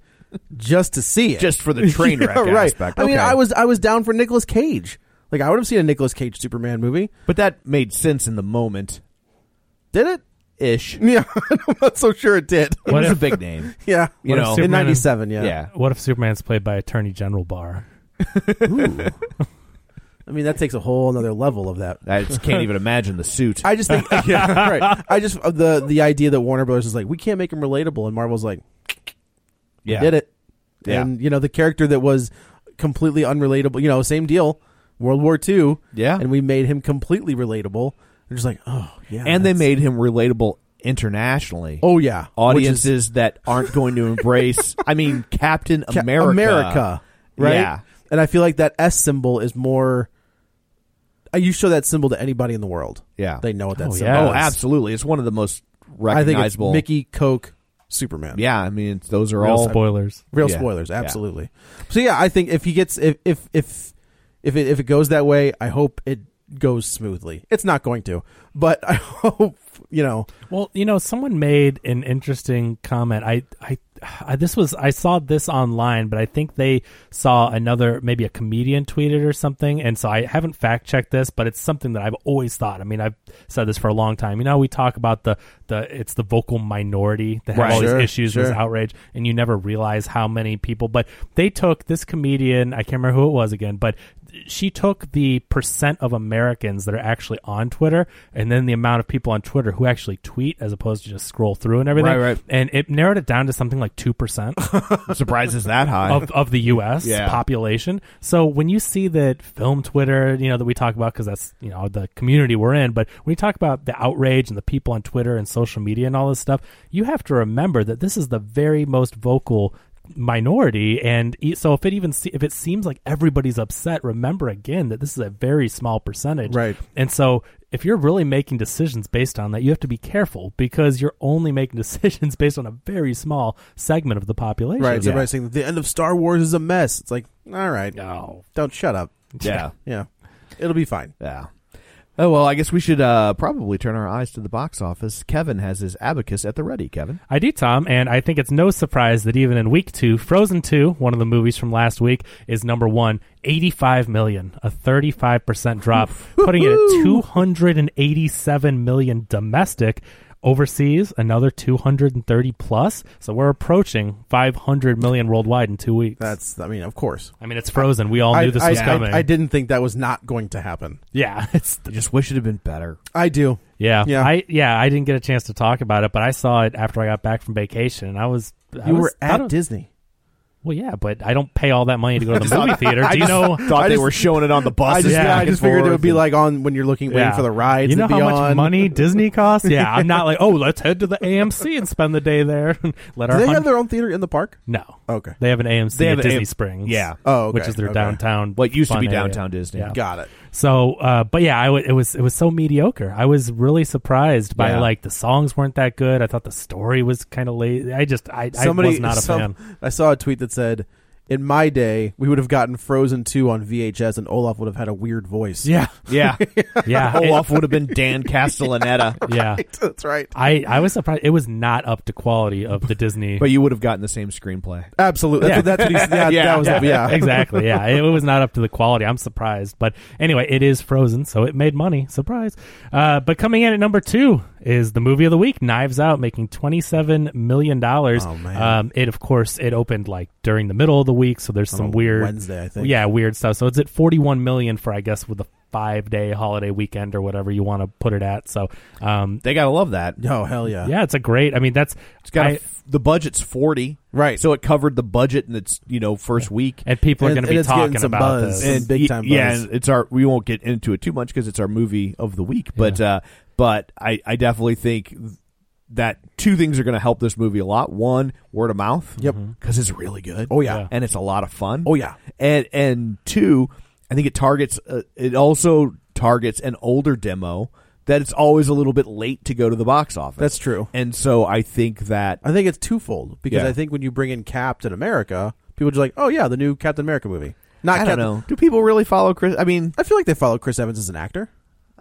Speaker 6: just to see it,
Speaker 5: Just for the train wreck
Speaker 6: Yeah, right.
Speaker 5: aspect.
Speaker 6: I mean,
Speaker 5: Okay.
Speaker 6: I was I was down for Nicolas Cage. Like I would have seen a Nicolas Cage Superman movie.
Speaker 5: But that made sense in the moment.
Speaker 6: Did it?
Speaker 5: Ish.
Speaker 6: Yeah, I'm not so sure it did.
Speaker 5: It was
Speaker 7: if-
Speaker 5: a big name.
Speaker 6: yeah,
Speaker 5: You
Speaker 7: What if
Speaker 5: know,
Speaker 6: in
Speaker 7: Superman-
Speaker 6: '97. Yeah.
Speaker 5: Yeah.
Speaker 7: What if Superman's played by Attorney General Barr?
Speaker 6: Ooh. I mean, that takes a whole another level of that.
Speaker 5: I just can't even imagine the suit.
Speaker 6: I just think, yeah, right. I just uh, the the idea that Warner Brothers is like, we can't make him relatable, and Marvel's like,
Speaker 5: yeah.
Speaker 6: did it.
Speaker 5: Yeah.
Speaker 6: And you know, the character that was completely unrelatable, you know, same deal, World War II.
Speaker 5: Yeah.
Speaker 6: And we made him completely relatable. They're just like, oh yeah.
Speaker 5: and they
Speaker 6: that's-
Speaker 5: made him relatable internationally.
Speaker 6: Oh yeah.
Speaker 5: audiences that aren't going to embrace. I mean, Captain
Speaker 6: Which is- Ca-
Speaker 5: America.
Speaker 6: America. Right.
Speaker 5: Yeah.
Speaker 6: And I feel like that S symbol is more uh, you show that symbol to anybody in the world.
Speaker 5: Yeah.
Speaker 6: They know what that
Speaker 7: Oh,
Speaker 6: symbol
Speaker 7: yeah.
Speaker 5: Oh,
Speaker 6: is.
Speaker 5: absolutely. It's one of the most
Speaker 6: I think it's
Speaker 5: recognizable.
Speaker 6: Mickey, Coke, Superman.
Speaker 5: Yeah, I mean, it's- those are
Speaker 7: Real
Speaker 5: all
Speaker 7: spoilers.
Speaker 6: real
Speaker 5: Yeah.
Speaker 6: spoilers
Speaker 5: Yeah.
Speaker 6: absolutely so yeah i think if he gets if if if if it, if it goes that way i hope it goes smoothly it's not going to but i hope you know
Speaker 7: Well, you know, someone made an interesting comment. I, I, I, this was I saw this online, but I think they saw another, maybe a comedian tweeted or something, and so I haven't fact checked this, but it's something that I've always thought. I mean, I've said this for a long time. You know, we talk about the the it's the vocal minority that have
Speaker 6: Right.
Speaker 7: all
Speaker 6: Sure,
Speaker 7: these issues with
Speaker 6: sure.
Speaker 7: outrage, and you never realize how many people. But they took this comedian, I can't remember who it was again, but she took the percent of Americans that are actually on Twitter and then the amount of people on Twitter who actually tweet as opposed to just scroll through and everything.
Speaker 5: Right, right.
Speaker 7: And it narrowed it down to something like 2%
Speaker 5: surprises that high.
Speaker 7: of, of the U.S.
Speaker 5: Yeah.
Speaker 7: population. So when you see that film Twitter, you know, that we talk about because that's, you know, the community we're in, but when you talk about the outrage and the people on Twitter and social media and all this stuff, you have to remember that this is the very most vocal minority and e- so if it even se- if it seems like everybody's upset remember again that this is a very small percentage
Speaker 6: Right.
Speaker 7: and so if you're really making decisions based on that you have to be careful because you're only making decisions based on a very small segment of the population
Speaker 6: right so
Speaker 7: Yeah.
Speaker 6: everybody's saying the end of star wars is a mess it's like all right
Speaker 7: No.
Speaker 6: don't shut up
Speaker 5: yeah,
Speaker 6: yeah it'll be fine
Speaker 5: yeah. Oh well, I guess we should uh, probably turn our eyes to the box office. Kevin has his abacus at the ready. Kevin,
Speaker 7: I do, Tom, and I think it's no surprise that even in week two, Frozen 2, one of the movies from last week, is number one, 85 million, a 35% drop, putting it at 287 million domestic. Overseas, another 230 plus. So we're approaching 500 million worldwide in two weeks.
Speaker 6: that's i mean of course
Speaker 7: I mean, it's Frozen. We all knew this
Speaker 6: I,
Speaker 7: was
Speaker 6: I-
Speaker 7: coming.
Speaker 6: I, I didn't think that was not going to happen
Speaker 7: yeah, it's
Speaker 5: I just wish it had been better.
Speaker 6: i do
Speaker 7: yeah,
Speaker 6: Yeah.
Speaker 7: I yeah, I didn't get a chance to talk about it, but I saw it after I got back from vacation, and I was I
Speaker 6: you
Speaker 7: was,
Speaker 6: were
Speaker 7: thought
Speaker 6: at
Speaker 7: it was-
Speaker 6: disney
Speaker 7: Well, yeah, but I don't pay all that money to go to the movie theater. Do you know?
Speaker 5: Thought they were showing it on the bus.
Speaker 6: i just,
Speaker 7: Yeah.
Speaker 6: yeah, I
Speaker 7: back
Speaker 6: just figured it would be
Speaker 5: like.
Speaker 6: like on when you're looking waiting for the rides
Speaker 7: You know
Speaker 6: to
Speaker 7: how
Speaker 6: be
Speaker 7: much
Speaker 6: on.
Speaker 7: money Disney costs? Yeah, I'm not like, oh, let's head to the AMC and spend the day there. Let
Speaker 6: do
Speaker 7: our
Speaker 6: they
Speaker 7: hun-
Speaker 6: have their own theater in the park
Speaker 7: no.
Speaker 6: Okay.
Speaker 7: they have an AMC
Speaker 5: They have
Speaker 7: at
Speaker 5: an
Speaker 7: Disney
Speaker 5: AM
Speaker 7: Springs.
Speaker 5: Yeah.
Speaker 6: Oh, okay,
Speaker 7: which is their
Speaker 6: okay.
Speaker 7: downtown.
Speaker 5: What used to
Speaker 7: fun
Speaker 5: be
Speaker 7: area.
Speaker 5: downtown Disney.
Speaker 7: Yeah.
Speaker 6: got it
Speaker 7: So, uh, but yeah, I would it was it was so mediocre. I was really surprised by
Speaker 5: Yeah.
Speaker 7: like the songs weren't that good. I thought the story was kind of late. I just I, I was not a
Speaker 6: some-
Speaker 7: fan.
Speaker 6: I saw a tweet that said, "In my day, we would have gotten Frozen two on VHS, and Olaf would have had a weird voice."
Speaker 7: Yeah,
Speaker 5: Yeah.
Speaker 7: yeah, It-
Speaker 5: Olaf would have been Dan Castellaneta.
Speaker 7: yeah.
Speaker 6: that's right.
Speaker 7: I, I was surprised. It was not up to quality of the Disney
Speaker 5: But you would have gotten the same screenplay.
Speaker 6: Absolutely. That's, what, that's what he's. Yeah,
Speaker 5: Yeah.
Speaker 6: that was. Yeah,
Speaker 7: exactly. Yeah, it was not up to the quality. I'm surprised, but anyway, it is Frozen, so it made money. Surprise! Uh, but coming in at number two is the movie of the week, Knives Out, making 27 million dollars.
Speaker 6: Oh, man.
Speaker 7: Um, it of course it opened like during the middle of the week, so there's some
Speaker 6: On a
Speaker 7: weird
Speaker 6: Wednesday, I think.
Speaker 7: Yeah, weird stuff. So it's at 41 million for I guess with the five day holiday weekend or whatever you want to put it at. So um,
Speaker 5: they gotta love that.
Speaker 6: Oh hell yeah,
Speaker 7: yeah! It's a great. I mean, that's
Speaker 5: it's got a
Speaker 7: I-
Speaker 5: f- the budget's forty,
Speaker 6: right?
Speaker 5: So it covered the budget in its you know first week,
Speaker 7: And people are And- gonna be and it's getting talking some about buzz, this.
Speaker 6: big
Speaker 5: y-
Speaker 6: time
Speaker 5: Yeah,
Speaker 6: buzz.
Speaker 5: and it's our. We won't get into it too much because it's our movie of the week, but uh, but I I definitely think that two things are going to help this movie a lot. One, word of mouth.
Speaker 6: Yep.
Speaker 5: because it's really good.
Speaker 6: Oh, yeah. Yeah.
Speaker 5: and it's a lot of fun.
Speaker 6: Oh, yeah.
Speaker 5: and and two, I think it targets. Uh, it also targets an older demo. That it's always a little bit late to go to the box office.
Speaker 6: That's true.
Speaker 5: And so I think that
Speaker 6: I think it's twofold because
Speaker 5: Yeah.
Speaker 6: I think when you bring in Captain America, people are just like, oh yeah, the new Captain America movie. Not
Speaker 5: I don't
Speaker 6: Captain-
Speaker 5: know. Do people really follow Chris? I mean,
Speaker 6: I feel like they follow Chris Evans as an actor.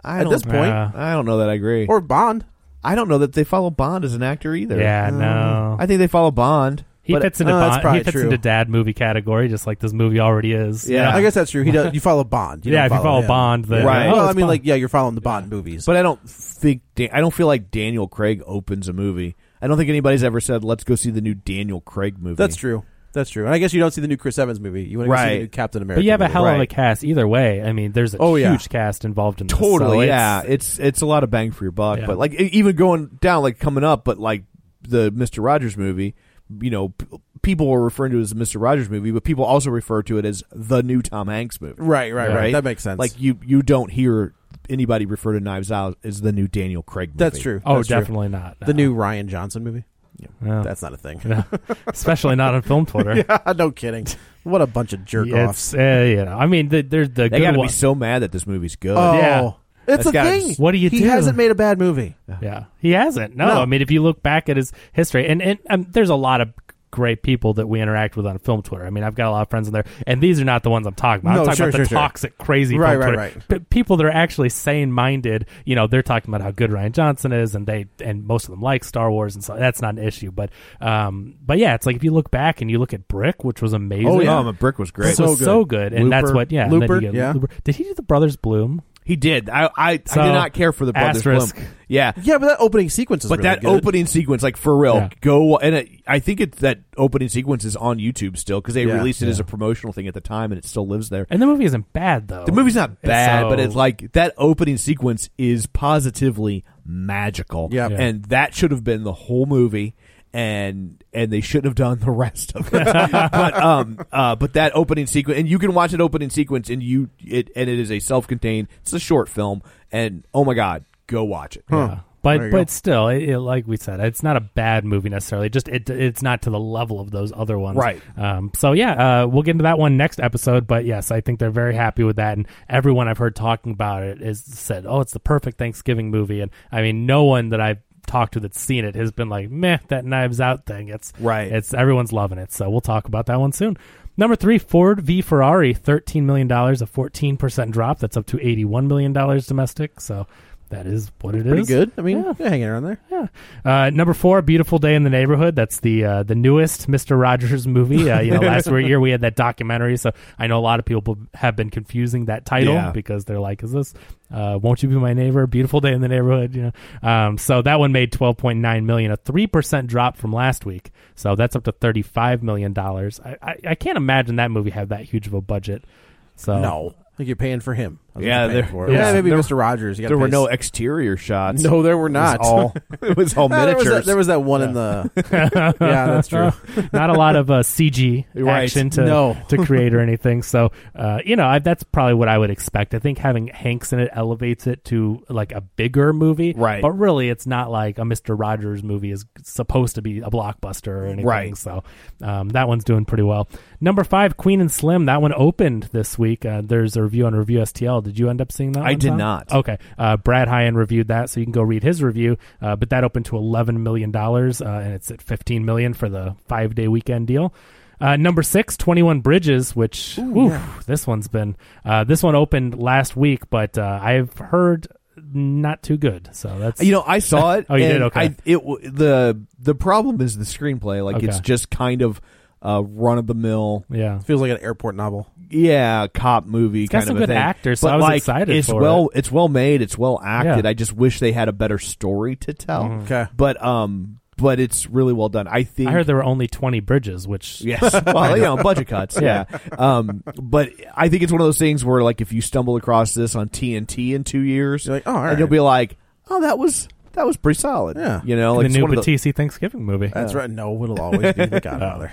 Speaker 5: I
Speaker 6: At
Speaker 5: don't-
Speaker 6: this point.
Speaker 7: Yeah.
Speaker 5: I don't know that I agree.
Speaker 6: Or Bond.
Speaker 5: I don't know that they follow Bond as an actor either.
Speaker 7: Yeah, no.
Speaker 5: I think they follow Bond.
Speaker 7: He
Speaker 5: but- uh,
Speaker 7: fits into
Speaker 6: No, that's
Speaker 7: Bond,
Speaker 6: probably
Speaker 7: he fits
Speaker 6: true.
Speaker 7: into dad movie category, just like this movie already is.
Speaker 5: Yeah.
Speaker 6: I guess that's true. He does. You follow Bond.
Speaker 7: Yeah,
Speaker 6: don't
Speaker 7: if you follow
Speaker 6: him.
Speaker 7: Bond, then-
Speaker 5: Right.
Speaker 6: Well,
Speaker 5: Oh,
Speaker 6: I
Speaker 5: it's
Speaker 6: mean,
Speaker 5: Bond.
Speaker 6: like, yeah, you're following the Bond movies.
Speaker 5: But I don't think Dan- I don't feel like Daniel Craig opens a movie. I don't think anybody's ever said, "Let's go see the new Daniel Craig movie."
Speaker 6: that's true. That's true. And I guess you don't see the new Chris Evans movie. You want to see
Speaker 5: Right.
Speaker 6: the new Captain America.
Speaker 7: But you have a
Speaker 6: movie.
Speaker 7: hell of a cast either way. I mean, there's a
Speaker 6: Oh,
Speaker 7: huge
Speaker 6: yeah.
Speaker 7: cast involved in this.
Speaker 5: Totally.
Speaker 7: so it's-
Speaker 5: yeah, it's it's a lot of bang for your buck.
Speaker 7: Yeah.
Speaker 5: But like e- even going down, like coming up, but like the Mister Rogers movie, you know, p- people were referring to it as the Mister Rogers movie, but people also refer to it as the new Tom Hanks movie.
Speaker 6: Right, right, right. That makes sense.
Speaker 5: Like you you don't hear anybody refer to Knives Out as the new Daniel Craig movie.
Speaker 6: That's true.
Speaker 7: Oh,
Speaker 6: That's true.
Speaker 7: definitely not,
Speaker 6: The
Speaker 7: no.
Speaker 6: new Ryan Johnson movie.
Speaker 5: Oh.
Speaker 7: No.
Speaker 6: That's not a thing.
Speaker 7: No. Especially not on film Twitter.
Speaker 6: yeah, no kidding. What a bunch of jerk offs.
Speaker 7: It's, uh, you know, I mean, the, there's the
Speaker 5: They
Speaker 7: good
Speaker 5: gotta
Speaker 7: one.
Speaker 5: be so mad that this movie's good.
Speaker 6: Oh,
Speaker 7: Yeah.
Speaker 6: it's
Speaker 5: That's
Speaker 6: a
Speaker 5: gotta
Speaker 6: thing.
Speaker 5: s-
Speaker 7: What do you
Speaker 6: he
Speaker 7: do?
Speaker 6: hasn't made a bad movie.
Speaker 7: Yeah, he hasn't. No,
Speaker 6: No.
Speaker 7: I mean, if you look back at his history, and and um, there's a lot of great people that we interact with on film Twitter. I mean, I've got a lot of friends in there, and these are not the ones I'm talking about.
Speaker 6: No,
Speaker 7: I'm talking
Speaker 6: sure,
Speaker 7: about
Speaker 6: sure,
Speaker 7: the
Speaker 6: sure.
Speaker 7: toxic, crazy
Speaker 6: Right,
Speaker 7: film
Speaker 6: right,
Speaker 7: Twitter.
Speaker 6: right.
Speaker 7: P- people that are actually sane minded. You know, they're talking about how good Ryan Johnson is, and they and most of them like Star Wars, and so that's not an issue. But um, but yeah, it's like if you look back and you look at Brick, which was amazing.
Speaker 5: Oh, yeah. Oh, Brick was great.
Speaker 7: Brick
Speaker 5: So
Speaker 7: was
Speaker 5: good.
Speaker 7: so good, and that's
Speaker 5: Looper.
Speaker 7: what yeah. and then you
Speaker 5: Looper,
Speaker 7: get
Speaker 5: yeah.
Speaker 7: Did he do the Brothers Bloom?
Speaker 5: He did. I I,
Speaker 7: So,
Speaker 5: I did not care for the brothers.
Speaker 7: asterisk.
Speaker 5: Bloom. Yeah,
Speaker 6: Yeah, but that opening sequence is
Speaker 5: but
Speaker 6: really
Speaker 5: that
Speaker 6: good.
Speaker 5: opening sequence, like for real,
Speaker 7: Yeah.
Speaker 5: go and it, I think it's that opening sequence is on YouTube still because they
Speaker 6: Yeah.
Speaker 5: released it as a promotional thing at the time, and it still lives there.
Speaker 7: And the movie isn't bad though.
Speaker 5: The movie's not bad,
Speaker 7: So-
Speaker 5: but it's like that opening sequence is positively magical.
Speaker 6: Yep. Yeah.
Speaker 5: and that should have been the whole movie. And and they shouldn't have done the rest of it, but um, uh, but that opening sequence, and you can watch that opening sequence, and you it and it is a self-contained. It's a short film, and oh my god, go watch it.
Speaker 7: Yeah. But but still, it, it, like we said, it's not a bad movie necessarily. Just it it's not to the level of those other ones,
Speaker 5: Right.
Speaker 7: Um, so yeah, uh, we'll get into that one next episode. But yes, I think they're very happy with that, and everyone I've heard talking about it is said, "Oh, it's the perfect Thanksgiving movie." And I mean, no one that I've talked to that's seen it has been like, "Meh, that Knives Out thing." It's
Speaker 5: Right.
Speaker 7: It's everyone's loving it. So we'll talk about that one soon. Number three, Ford v Ferrari, thirteen million dollars, a fourteen percent drop. That's up to eighty-one million dollars domestic. So. That is what it is.
Speaker 6: pretty good. I mean, yeah, hanging around there.
Speaker 7: Uh, number four, "Beautiful Day in the Neighborhood." That's the uh, the newest Mister Rogers movie. Uh, you know, last year- year we had that documentary, so I know a lot of people have been confusing that title
Speaker 5: Yeah.
Speaker 7: because they're like, "Is this uh, Won't You Be My Neighbor?" Beautiful Day in the Neighborhood. You know, um, so that one made twelve point nine million, a three percent drop from last week. So that's up to thirty five million dollars. I, I I can't imagine that movie had that huge of a budget. So
Speaker 6: No, like you're paying for him. That's what
Speaker 5: Yeah,
Speaker 6: you're paying
Speaker 5: there-
Speaker 6: for.
Speaker 5: there
Speaker 6: yeah,
Speaker 5: was-
Speaker 6: maybe
Speaker 5: there-
Speaker 6: Mr. Rogers. You gotta
Speaker 5: there were
Speaker 6: pay
Speaker 5: no
Speaker 6: s-
Speaker 5: exterior shots.
Speaker 6: No, there were not.
Speaker 5: It was all, it was all
Speaker 6: Ah, there,
Speaker 5: miniatures.
Speaker 6: was that, there was that one in the. yeah, that's true.
Speaker 7: Not a lot of uh, CG
Speaker 5: Right.
Speaker 7: action to
Speaker 6: No.
Speaker 7: to create or anything. So, uh, you know, I, that's probably what I would expect. I think having Hanks in it elevates it to like a bigger movie,
Speaker 5: Right.
Speaker 7: But really, it's not like a Mister Rogers movie is supposed to be a blockbuster or anything.
Speaker 5: Right.
Speaker 7: So, um, that one's doing pretty well. Number five, Queen and Slim. That one opened this week. Uh, there's a review on Review STL. Did you end up seeing that?
Speaker 5: I
Speaker 7: one,
Speaker 5: did
Speaker 7: Tom?
Speaker 5: not.
Speaker 7: Okay. Uh, Brad Hyan reviewed that, so you can go read his review. Uh, but that opened to eleven million dollars, uh, and it's at fifteen million for the five day weekend deal. Uh, number six, 21 Bridges, which oof, this one's been uh, this one opened last week, but uh, I've heard not too good. So that's
Speaker 5: You know, I saw it.
Speaker 7: Oh, you did?
Speaker 5: and
Speaker 7: Okay.
Speaker 5: I, it w- the the problem is the screenplay. Like it's
Speaker 7: Okay.
Speaker 5: just kind of uh, run of the mill,
Speaker 7: yeah.
Speaker 6: Feels like an airport novel.
Speaker 5: yeah, cop movie.
Speaker 7: got
Speaker 5: kind
Speaker 7: some
Speaker 5: of a
Speaker 7: good
Speaker 5: thing.
Speaker 7: actors, so
Speaker 5: But,
Speaker 7: I was
Speaker 5: like,
Speaker 7: excited
Speaker 5: It's
Speaker 7: for
Speaker 5: well, it's well made. It's well acted.
Speaker 7: Yeah. Mm-hmm.
Speaker 5: Mm. I just wish they had a better story to tell.
Speaker 6: Okay.
Speaker 5: but um, but it's really well done. I think
Speaker 7: I heard there were only twenty bridges, which
Speaker 5: yes, well, you know, budget cuts, yeah. Um, but I think it's one of those things where like if you stumble across this on TNT in two years,
Speaker 6: you're like, oh, all
Speaker 5: and
Speaker 6: right.
Speaker 5: you'll be like, oh, that was that was pretty solid,
Speaker 6: Yeah.
Speaker 5: You know,
Speaker 7: And
Speaker 5: like
Speaker 7: the
Speaker 5: it's
Speaker 7: new
Speaker 5: one of
Speaker 7: Batista Thanksgiving movie.
Speaker 6: That's
Speaker 7: Yeah.
Speaker 6: right. No, it'll always be the Godfather.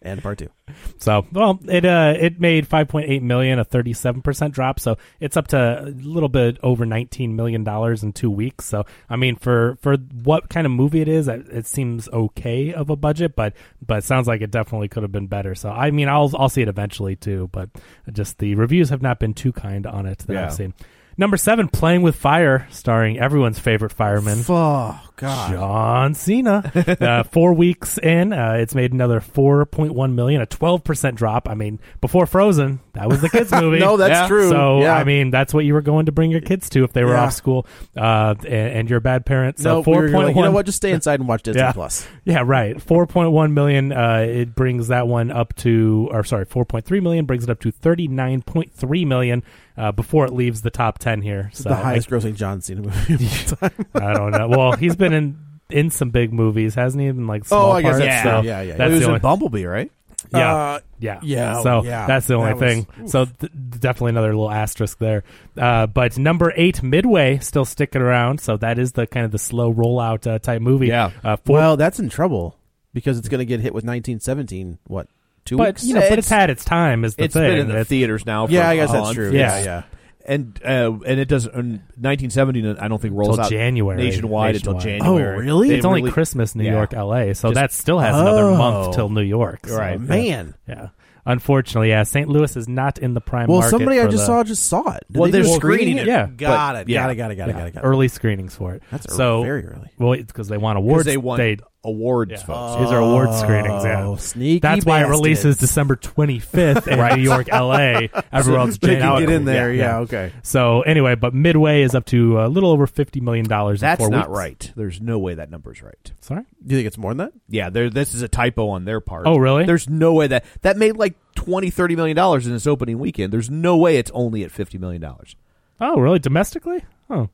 Speaker 6: and part two.
Speaker 7: So, well, it uh, it made 5.8 million, a 37 percent drop. So it's up to a little bit over 19 million dollars in two weeks. So, I mean, for for what kind of movie it is, it, it seems okay of a budget, but but it sounds like it definitely could have been better. So, I mean, I'll I'll see it eventually too, but just the reviews have not been too kind on it that
Speaker 6: Yeah.
Speaker 7: I've seen. Number seven, Playing with Fire, starring everyone's favorite fireman.
Speaker 6: Oh God.
Speaker 7: John Cena. uh, four weeks in, uh, it's made another 4.1 million, a 12 percent drop. I mean, before Frozen, that was the kids' movie.
Speaker 6: No, that's Yeah. true.
Speaker 7: So
Speaker 6: Yeah.
Speaker 7: I mean, that's what you were going to bring your kids to if they were
Speaker 6: Yeah.
Speaker 7: off school, uh, and, and you're a bad parent.
Speaker 6: No,
Speaker 7: So
Speaker 6: we were
Speaker 7: 4.1.
Speaker 6: like, you know what? Just stay inside and watch Disney
Speaker 7: yeah.
Speaker 6: Plus.
Speaker 7: Yeah, right. Four point one million. Uh, it brings that one up to, or sorry, four point three million brings it up to thirty nine point three million uh, before it leaves the top ten here. So
Speaker 6: the
Speaker 7: I-
Speaker 6: highest grossing John Cena movie of all time.
Speaker 7: I don't know. Well, he's been in in some big movies, hasn't he? In like
Speaker 5: Oh,
Speaker 7: small
Speaker 6: I guess
Speaker 7: parts.
Speaker 6: that's
Speaker 7: so
Speaker 6: true. Yeah, yeah, yeah.
Speaker 7: That's
Speaker 5: He was
Speaker 7: the
Speaker 5: in
Speaker 7: only,
Speaker 5: Bumblebee, right?
Speaker 7: Yeah,
Speaker 6: Uh,
Speaker 7: yeah,
Speaker 6: yeah,
Speaker 7: So
Speaker 6: yeah.
Speaker 7: that's the only
Speaker 6: That was-
Speaker 7: thing. So th- definitely another little asterisk there. Uh, but number eight, Midway, still sticking around. So that is the kind of the slow rollout uh, type movie.
Speaker 5: Yeah.
Speaker 7: Uh, four,
Speaker 6: Well, that's in trouble because it's going to get hit with 1917. What? Two
Speaker 7: but
Speaker 6: weeks?
Speaker 7: you know, but it's had its time. Is the
Speaker 5: It's
Speaker 7: thing?
Speaker 5: been in the
Speaker 7: It's-
Speaker 5: theaters now. For
Speaker 6: Yeah, I guess
Speaker 5: a
Speaker 6: that's
Speaker 5: month.
Speaker 6: true.
Speaker 7: Yeah.
Speaker 5: It's- And uh, and it does. And 1970, I don't think rolls
Speaker 7: Till
Speaker 5: out
Speaker 7: January.
Speaker 5: nationwide, until
Speaker 7: Nationwide.
Speaker 5: January.
Speaker 6: Oh, really?
Speaker 5: They
Speaker 7: it's only
Speaker 5: really-
Speaker 7: Christmas, New
Speaker 5: Yeah.
Speaker 7: York, L.A. So
Speaker 5: Just-
Speaker 7: that still has another
Speaker 6: Oh.
Speaker 7: month till New York. So,
Speaker 5: Right.
Speaker 7: yeah.
Speaker 6: Man.
Speaker 7: Yeah. Unfortunately, yeah, St. Louis is not in the prime
Speaker 6: Well,
Speaker 7: market.
Speaker 6: somebody I
Speaker 7: for
Speaker 6: just
Speaker 7: the
Speaker 6: saw just saw it. Did
Speaker 5: Well,
Speaker 6: they
Speaker 5: they're
Speaker 6: do a
Speaker 5: screening
Speaker 6: screening
Speaker 5: it,
Speaker 7: Yeah.
Speaker 6: Got, got
Speaker 5: but-
Speaker 6: it.
Speaker 5: yeah.
Speaker 6: Got it. Got it. Got it. Got it. Got it.
Speaker 7: early screenings for it.
Speaker 6: That's
Speaker 7: so
Speaker 6: very early.
Speaker 7: Well, it's because they want
Speaker 5: Because
Speaker 7: awards.
Speaker 5: they won awards,
Speaker 7: yeah.
Speaker 5: folks.
Speaker 7: These are award screenings. Yeah,
Speaker 6: Oh, sneaky
Speaker 7: That's why it
Speaker 6: bastards.
Speaker 7: releases December twenty fifth in New York, L.A. Everywhere else,
Speaker 6: They
Speaker 7: Jane
Speaker 6: can get
Speaker 7: Austen.
Speaker 6: in there. Yeah. Okay.
Speaker 7: So anyway, but Midway is up to a little over fifty million dollars.
Speaker 5: That's
Speaker 7: in four
Speaker 5: not
Speaker 7: weeks.
Speaker 5: right. There's no way that number's right.
Speaker 7: Sorry.
Speaker 6: Do you think it's more than that?
Speaker 5: Yeah, there. This is a typo on their part.
Speaker 7: Oh, really?
Speaker 5: There's no way that that made like 20, 30 million dollars in its opening weekend. There's no way it's only at fifty million dollars.
Speaker 7: Oh, really? Domestically? Oh.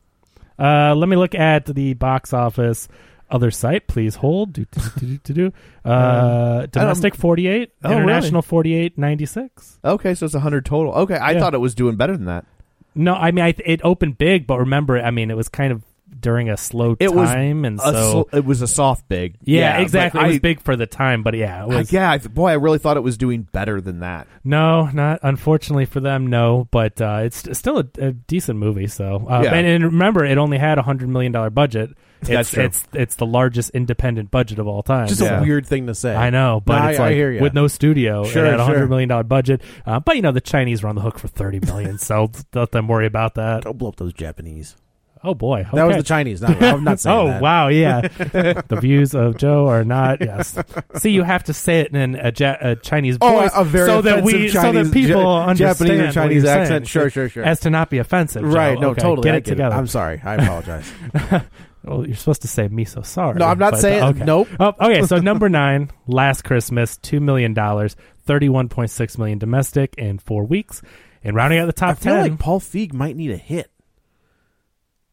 Speaker 7: Uh, let me look at the box office other site. Please hold. Do, do, do, do, do, do. Uh, domestic 48,
Speaker 5: Um, Oh, really?
Speaker 7: international forty-eight ninety-six.
Speaker 5: Okay, so it's a hundred total. Okay, I
Speaker 7: Yeah.
Speaker 5: thought it was doing better than that.
Speaker 7: No, I mean, I, it opened big, but remember, I mean, it was kind of during a slow
Speaker 5: It was
Speaker 7: time. and
Speaker 5: a
Speaker 7: so.
Speaker 5: sl- it was a soft big.
Speaker 7: yeah,
Speaker 5: but
Speaker 7: exactly.
Speaker 5: I,
Speaker 7: it was big for the time, but yeah, it
Speaker 5: I,
Speaker 7: was.
Speaker 5: yeah, I, th- boy, I really thought it was doing better than that.
Speaker 7: No, not unfortunately for them. No, but uh, it's st- still a, a decent movie. So, uh,
Speaker 5: Yeah.
Speaker 7: and, and remember, it only had a hundred million dollar budget. It's,
Speaker 5: That's true.
Speaker 7: It's it's the largest independent budget of all time.
Speaker 6: Just
Speaker 5: Yeah.
Speaker 6: a weird thing to say.
Speaker 7: I know, but
Speaker 6: No,
Speaker 7: it's
Speaker 6: I,
Speaker 7: like
Speaker 6: I hear you.
Speaker 7: with no studio,
Speaker 6: Sure,
Speaker 7: it had a
Speaker 6: sure.
Speaker 7: hundred million dollar budget. Uh, but you know, the Chinese were on the hook for thirty million, so let them worry about that.
Speaker 6: Don't blow up those Japanese.
Speaker 7: Oh boy, okay.
Speaker 6: That was the Chinese. Not, I'm not saying
Speaker 7: oh
Speaker 6: that.
Speaker 7: wow, yeah. the views of Joe are not. Yes. See, you have to say it in a, ja- a Chinese
Speaker 6: Oh,
Speaker 7: voice
Speaker 6: a very
Speaker 7: so that we
Speaker 6: offensive
Speaker 7: so that
Speaker 6: Chinese-
Speaker 7: people
Speaker 6: Ja-
Speaker 7: understand
Speaker 6: Japanese or
Speaker 7: what
Speaker 6: Chinese
Speaker 7: you're
Speaker 6: accent.
Speaker 7: saying,
Speaker 6: Sure, sure, sure.
Speaker 7: As to not be offensive, Joe.
Speaker 6: Right. No,
Speaker 7: Okay,
Speaker 6: totally.
Speaker 7: Get
Speaker 6: I
Speaker 7: it together.
Speaker 6: I'm sorry. I apologize.
Speaker 7: Well, you're supposed to say me so sorry.
Speaker 6: No, I'm not
Speaker 7: but,
Speaker 6: saying-
Speaker 7: uh, okay.
Speaker 6: nope.
Speaker 7: Oh, okay, so number nine, Last Christmas, two million dollars, thirty-one point six million domestic in four weeks, and rounding out the
Speaker 6: I
Speaker 7: top
Speaker 6: feel
Speaker 7: ten.
Speaker 6: like Paul Feig might need a hit.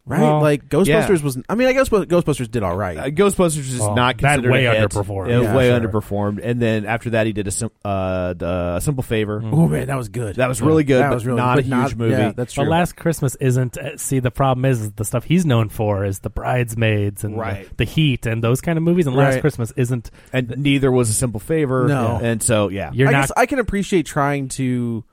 Speaker 6: Right?
Speaker 7: Well,
Speaker 6: like
Speaker 5: yeah.
Speaker 6: Ghostbusters was I mean, I guess Ghostbusters did all right.
Speaker 5: Uh, Ghostbusters is
Speaker 7: Well,
Speaker 5: not
Speaker 7: Oh, that
Speaker 5: considered
Speaker 7: way
Speaker 5: a hit.
Speaker 7: underperformed.
Speaker 5: It was
Speaker 7: Yeah,
Speaker 5: way
Speaker 7: sure.
Speaker 5: underperformed, and then after that, he did a sim- uh, the, a simple favor.
Speaker 7: Mm-hmm.
Speaker 6: oh man, that was good.
Speaker 5: That was really good,
Speaker 6: That
Speaker 5: but
Speaker 6: was really
Speaker 5: not
Speaker 6: but
Speaker 5: a huge movie.
Speaker 6: Yeah, that's true.
Speaker 7: But Last Christmas isn't. uh, See, the problem is the stuff he's known for is the bridesmaids and the-
Speaker 5: Right.
Speaker 7: the, Heat and those kind of movies. And Last
Speaker 6: Right.
Speaker 7: Christmas isn't.
Speaker 5: and neither was a simple favor.
Speaker 6: No.
Speaker 5: and so yeah,
Speaker 7: You're
Speaker 6: I
Speaker 7: not.
Speaker 6: guess I can appreciate trying to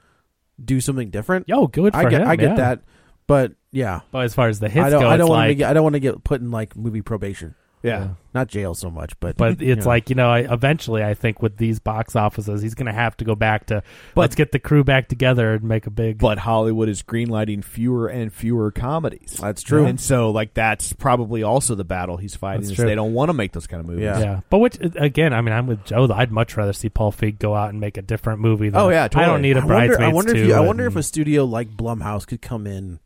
Speaker 6: do something different.
Speaker 7: yo, good for
Speaker 6: I get
Speaker 7: him.
Speaker 6: I get
Speaker 7: yeah.
Speaker 6: that. But yeah.
Speaker 7: But as far as the hits
Speaker 6: I don't
Speaker 7: go,
Speaker 6: I don't
Speaker 7: it's
Speaker 6: want to
Speaker 7: like,
Speaker 6: get I don't want to get put in like movie probation.
Speaker 5: yeah.
Speaker 6: Not jail so much, but
Speaker 7: But
Speaker 6: you
Speaker 7: it's
Speaker 6: know.
Speaker 7: like you know. I, eventually, I think with these box offices, he's going to have to go back to. let's get the crew back together and make a big.
Speaker 5: But Hollywood is greenlighting fewer and fewer comedies.
Speaker 6: That's true.
Speaker 5: And so like that's probably also the battle he's fighting.
Speaker 7: That's
Speaker 5: Is
Speaker 7: true.
Speaker 5: they don't want to make those kind of movies.
Speaker 6: Yeah.
Speaker 7: yeah, but which uh, again, I mean, I'm with Joe. Though I'd much rather see Paul Feig go out and make a different movie. Than,
Speaker 5: Oh, yeah,
Speaker 7: I
Speaker 5: totally.
Speaker 7: don't need a
Speaker 6: I wonder,
Speaker 7: bridesmaids
Speaker 6: I wonder if
Speaker 7: too,
Speaker 6: you, I wonder
Speaker 7: and-
Speaker 6: if a studio like Blumhouse could come in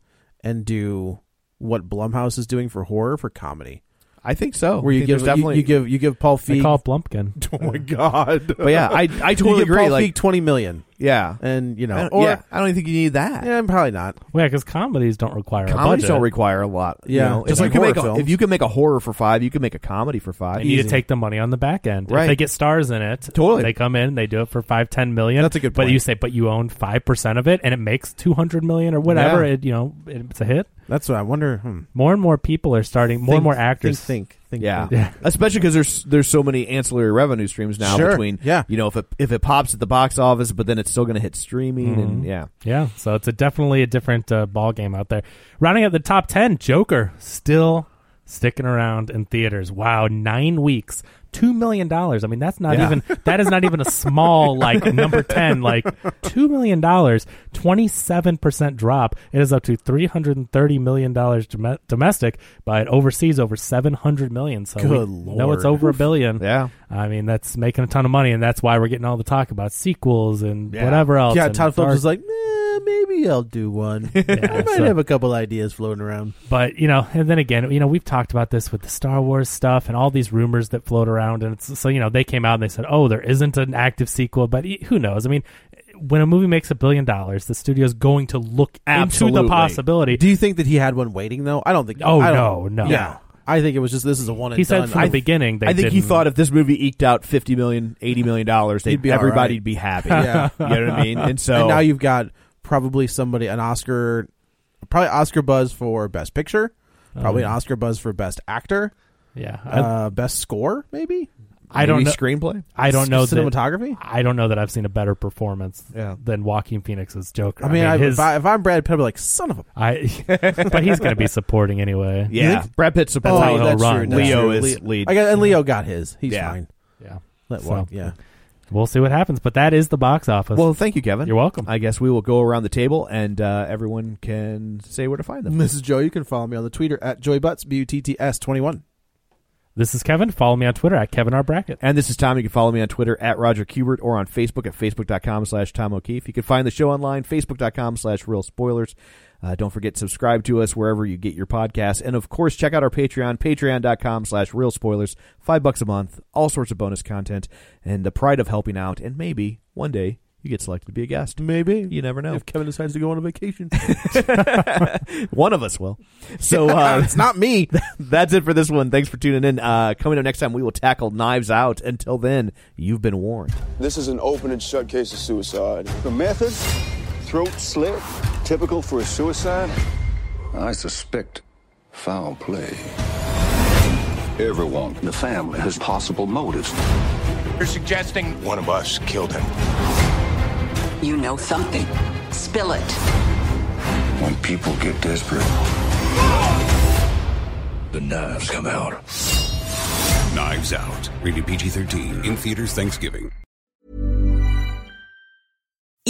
Speaker 6: and do what Blumhouse is doing for horror for comedy.
Speaker 5: I think
Speaker 7: Oh,
Speaker 5: so.
Speaker 6: Where
Speaker 5: I
Speaker 6: you
Speaker 5: think
Speaker 6: give
Speaker 5: there's
Speaker 6: you,
Speaker 5: definitely
Speaker 6: you give you give Paul
Speaker 7: they
Speaker 6: Feig
Speaker 7: call it Blumpkin.
Speaker 5: Oh my god. But yeah, I I
Speaker 6: you
Speaker 5: totally
Speaker 6: give
Speaker 5: agree.
Speaker 6: Paul
Speaker 5: Like
Speaker 6: Feig twenty million.
Speaker 5: Yeah,
Speaker 6: and you know,
Speaker 5: I don't-
Speaker 6: or
Speaker 5: yeah, I don't even think you need that.
Speaker 6: Yeah, probably not.
Speaker 7: Yeah, because comedies don't require
Speaker 5: Comedies
Speaker 7: a budget.
Speaker 5: don't require a lot. you
Speaker 7: Yeah,
Speaker 5: know? if
Speaker 7: just like
Speaker 5: you can
Speaker 7: horror
Speaker 5: make a,
Speaker 7: films.
Speaker 5: if you can make a horror for five, you can make a comedy for five.
Speaker 7: They need to take the money on the back end.
Speaker 5: Right.
Speaker 7: If they get stars in it,
Speaker 5: Totally.
Speaker 7: They come in, they do it for five, ten million. That's a good. But
Speaker 5: point.
Speaker 7: you say, but you own five percent of it, and it makes two hundred million or whatever.
Speaker 6: Yeah.
Speaker 7: It you know, it, it's a hit.
Speaker 6: That's what I wonder. Hmm.
Speaker 7: More and more people are starting. More
Speaker 6: Think-
Speaker 7: and more actors
Speaker 6: think, think, think,
Speaker 5: yeah.
Speaker 7: Yeah.
Speaker 5: especially because there's there's so many ancillary revenue streams now
Speaker 7: Sure.
Speaker 5: between yeah. you know if it if it pops at the box office, but then it's still going to hit streaming and
Speaker 7: Mhm.
Speaker 5: yeah.
Speaker 7: yeah. So it's a definitely a different uh, ball game out there. Rounding out the top ten, Joker still sticking around in theaters. Wow, nine weeks, two million dollars. I mean, that's not
Speaker 9: Yeah.
Speaker 7: even that is not even a small like number ten. Like two million dollars, twenty seven percent drop. It is up to three hundred and thirty million dollars dom- domestic, but overseas over seven hundred million. So
Speaker 6: Good
Speaker 7: no, it's
Speaker 6: Lord.
Speaker 7: over a billion.
Speaker 5: Yeah,
Speaker 7: I mean that's making a ton of money, and that's why we're getting all the talk about sequels and
Speaker 6: Yeah.
Speaker 7: whatever else.
Speaker 6: Yeah,
Speaker 7: and
Speaker 6: Todd Phillips
Speaker 7: Dark-
Speaker 6: was like, "Nah, maybe I'll do one. I might
Speaker 7: so-
Speaker 6: have a couple ideas floating around.
Speaker 7: But you know, and then again, you know, we've talked about this with the Star Wars stuff and all these rumors that float around, and it's, so you know, they came out and they said, "Oh, there isn't an active sequel," but e- who knows? I mean, when a movie makes a billion dollars, the studio's going to look into the possibility.
Speaker 6: Do you think that he had one waiting though? I don't think.
Speaker 7: Oh,
Speaker 6: I
Speaker 7: no,
Speaker 6: don't-
Speaker 7: no.
Speaker 6: Yeah, I think it was just this is a one. And
Speaker 7: He said
Speaker 6: done.
Speaker 7: from the
Speaker 6: I-
Speaker 7: beginning they
Speaker 5: I think he
Speaker 7: didn't-
Speaker 5: thought if this movie eked out 50 million, 80 million dollars,
Speaker 6: He'd
Speaker 5: they'd
Speaker 6: be all
Speaker 5: everybody'd
Speaker 6: right.
Speaker 5: be happy.
Speaker 6: Yeah,
Speaker 5: you know what I mean. And so
Speaker 6: now you've got probably somebody an Oscar, probably Oscar buzz for best picture, probably
Speaker 7: Oh.
Speaker 6: an Oscar buzz for best actor.
Speaker 7: Yeah, I-
Speaker 6: uh, best score maybe.
Speaker 7: I don't know I don't know that-
Speaker 6: cinematography.
Speaker 7: I don't know that I've seen a better performance
Speaker 6: Yeah.
Speaker 7: than Joaquin Phoenix's Joker.
Speaker 6: I mean, I
Speaker 7: his-
Speaker 6: if, I, if I'm Brad Pitt, I'd be like, son of a.
Speaker 7: I, but he's going to be supporting anyway.
Speaker 6: You think- Oh,
Speaker 7: That's how he'll
Speaker 6: that's true,
Speaker 7: run.
Speaker 6: that's true. Le- I guess, and Leo got his. He's
Speaker 7: Yeah.
Speaker 6: fine.
Speaker 7: Yeah.
Speaker 6: Let
Speaker 7: So-
Speaker 6: walk. Yeah.
Speaker 7: We'll see what happens, but that is the box office.
Speaker 5: Well, thank you, Kevin.
Speaker 7: You're welcome.
Speaker 5: I guess we will go around the table and uh, everyone can say where to find them.
Speaker 6: Mrs. Joe, you can follow me on the Twitter at joybutts b u t t s twenty one.
Speaker 7: This is Kevin. Follow me on Twitter at Kevin R. Brackett.
Speaker 5: And this is Tom. You can follow me on Twitter at Roger Kubert or on Facebook at facebook.com slash Tom O'Keefe. You can find the show online, facebook.com slash real spoilers. Uh, don't forget, subscribe to us wherever you get your podcasts. And of course, check out our Patreon, patreon.com slash real spoilers. Five bucks a month, all sorts of bonus content, and the pride of helping out. And maybe one day you get selected to be a guest.
Speaker 6: Maybe.
Speaker 5: You never know.
Speaker 6: If Kevin decides to go on a vacation.
Speaker 5: One of us will. So uh, it's
Speaker 6: not me.
Speaker 5: That's it for this one. Thanks for tuning in. Uh, coming up next time, we will tackle Knives Out. Until then, you've been warned.
Speaker 10: This is an open and shut case of suicide. The method, throat slit, typical for a suicide.
Speaker 11: I suspect foul play. Everyone in the family has possible motives.
Speaker 4: You're suggesting one of us killed him.
Speaker 12: You know something. Spill it.
Speaker 11: When people get desperate, the knives come out.
Speaker 13: Knives Out. Rated PG 13. In theaters Thanksgiving.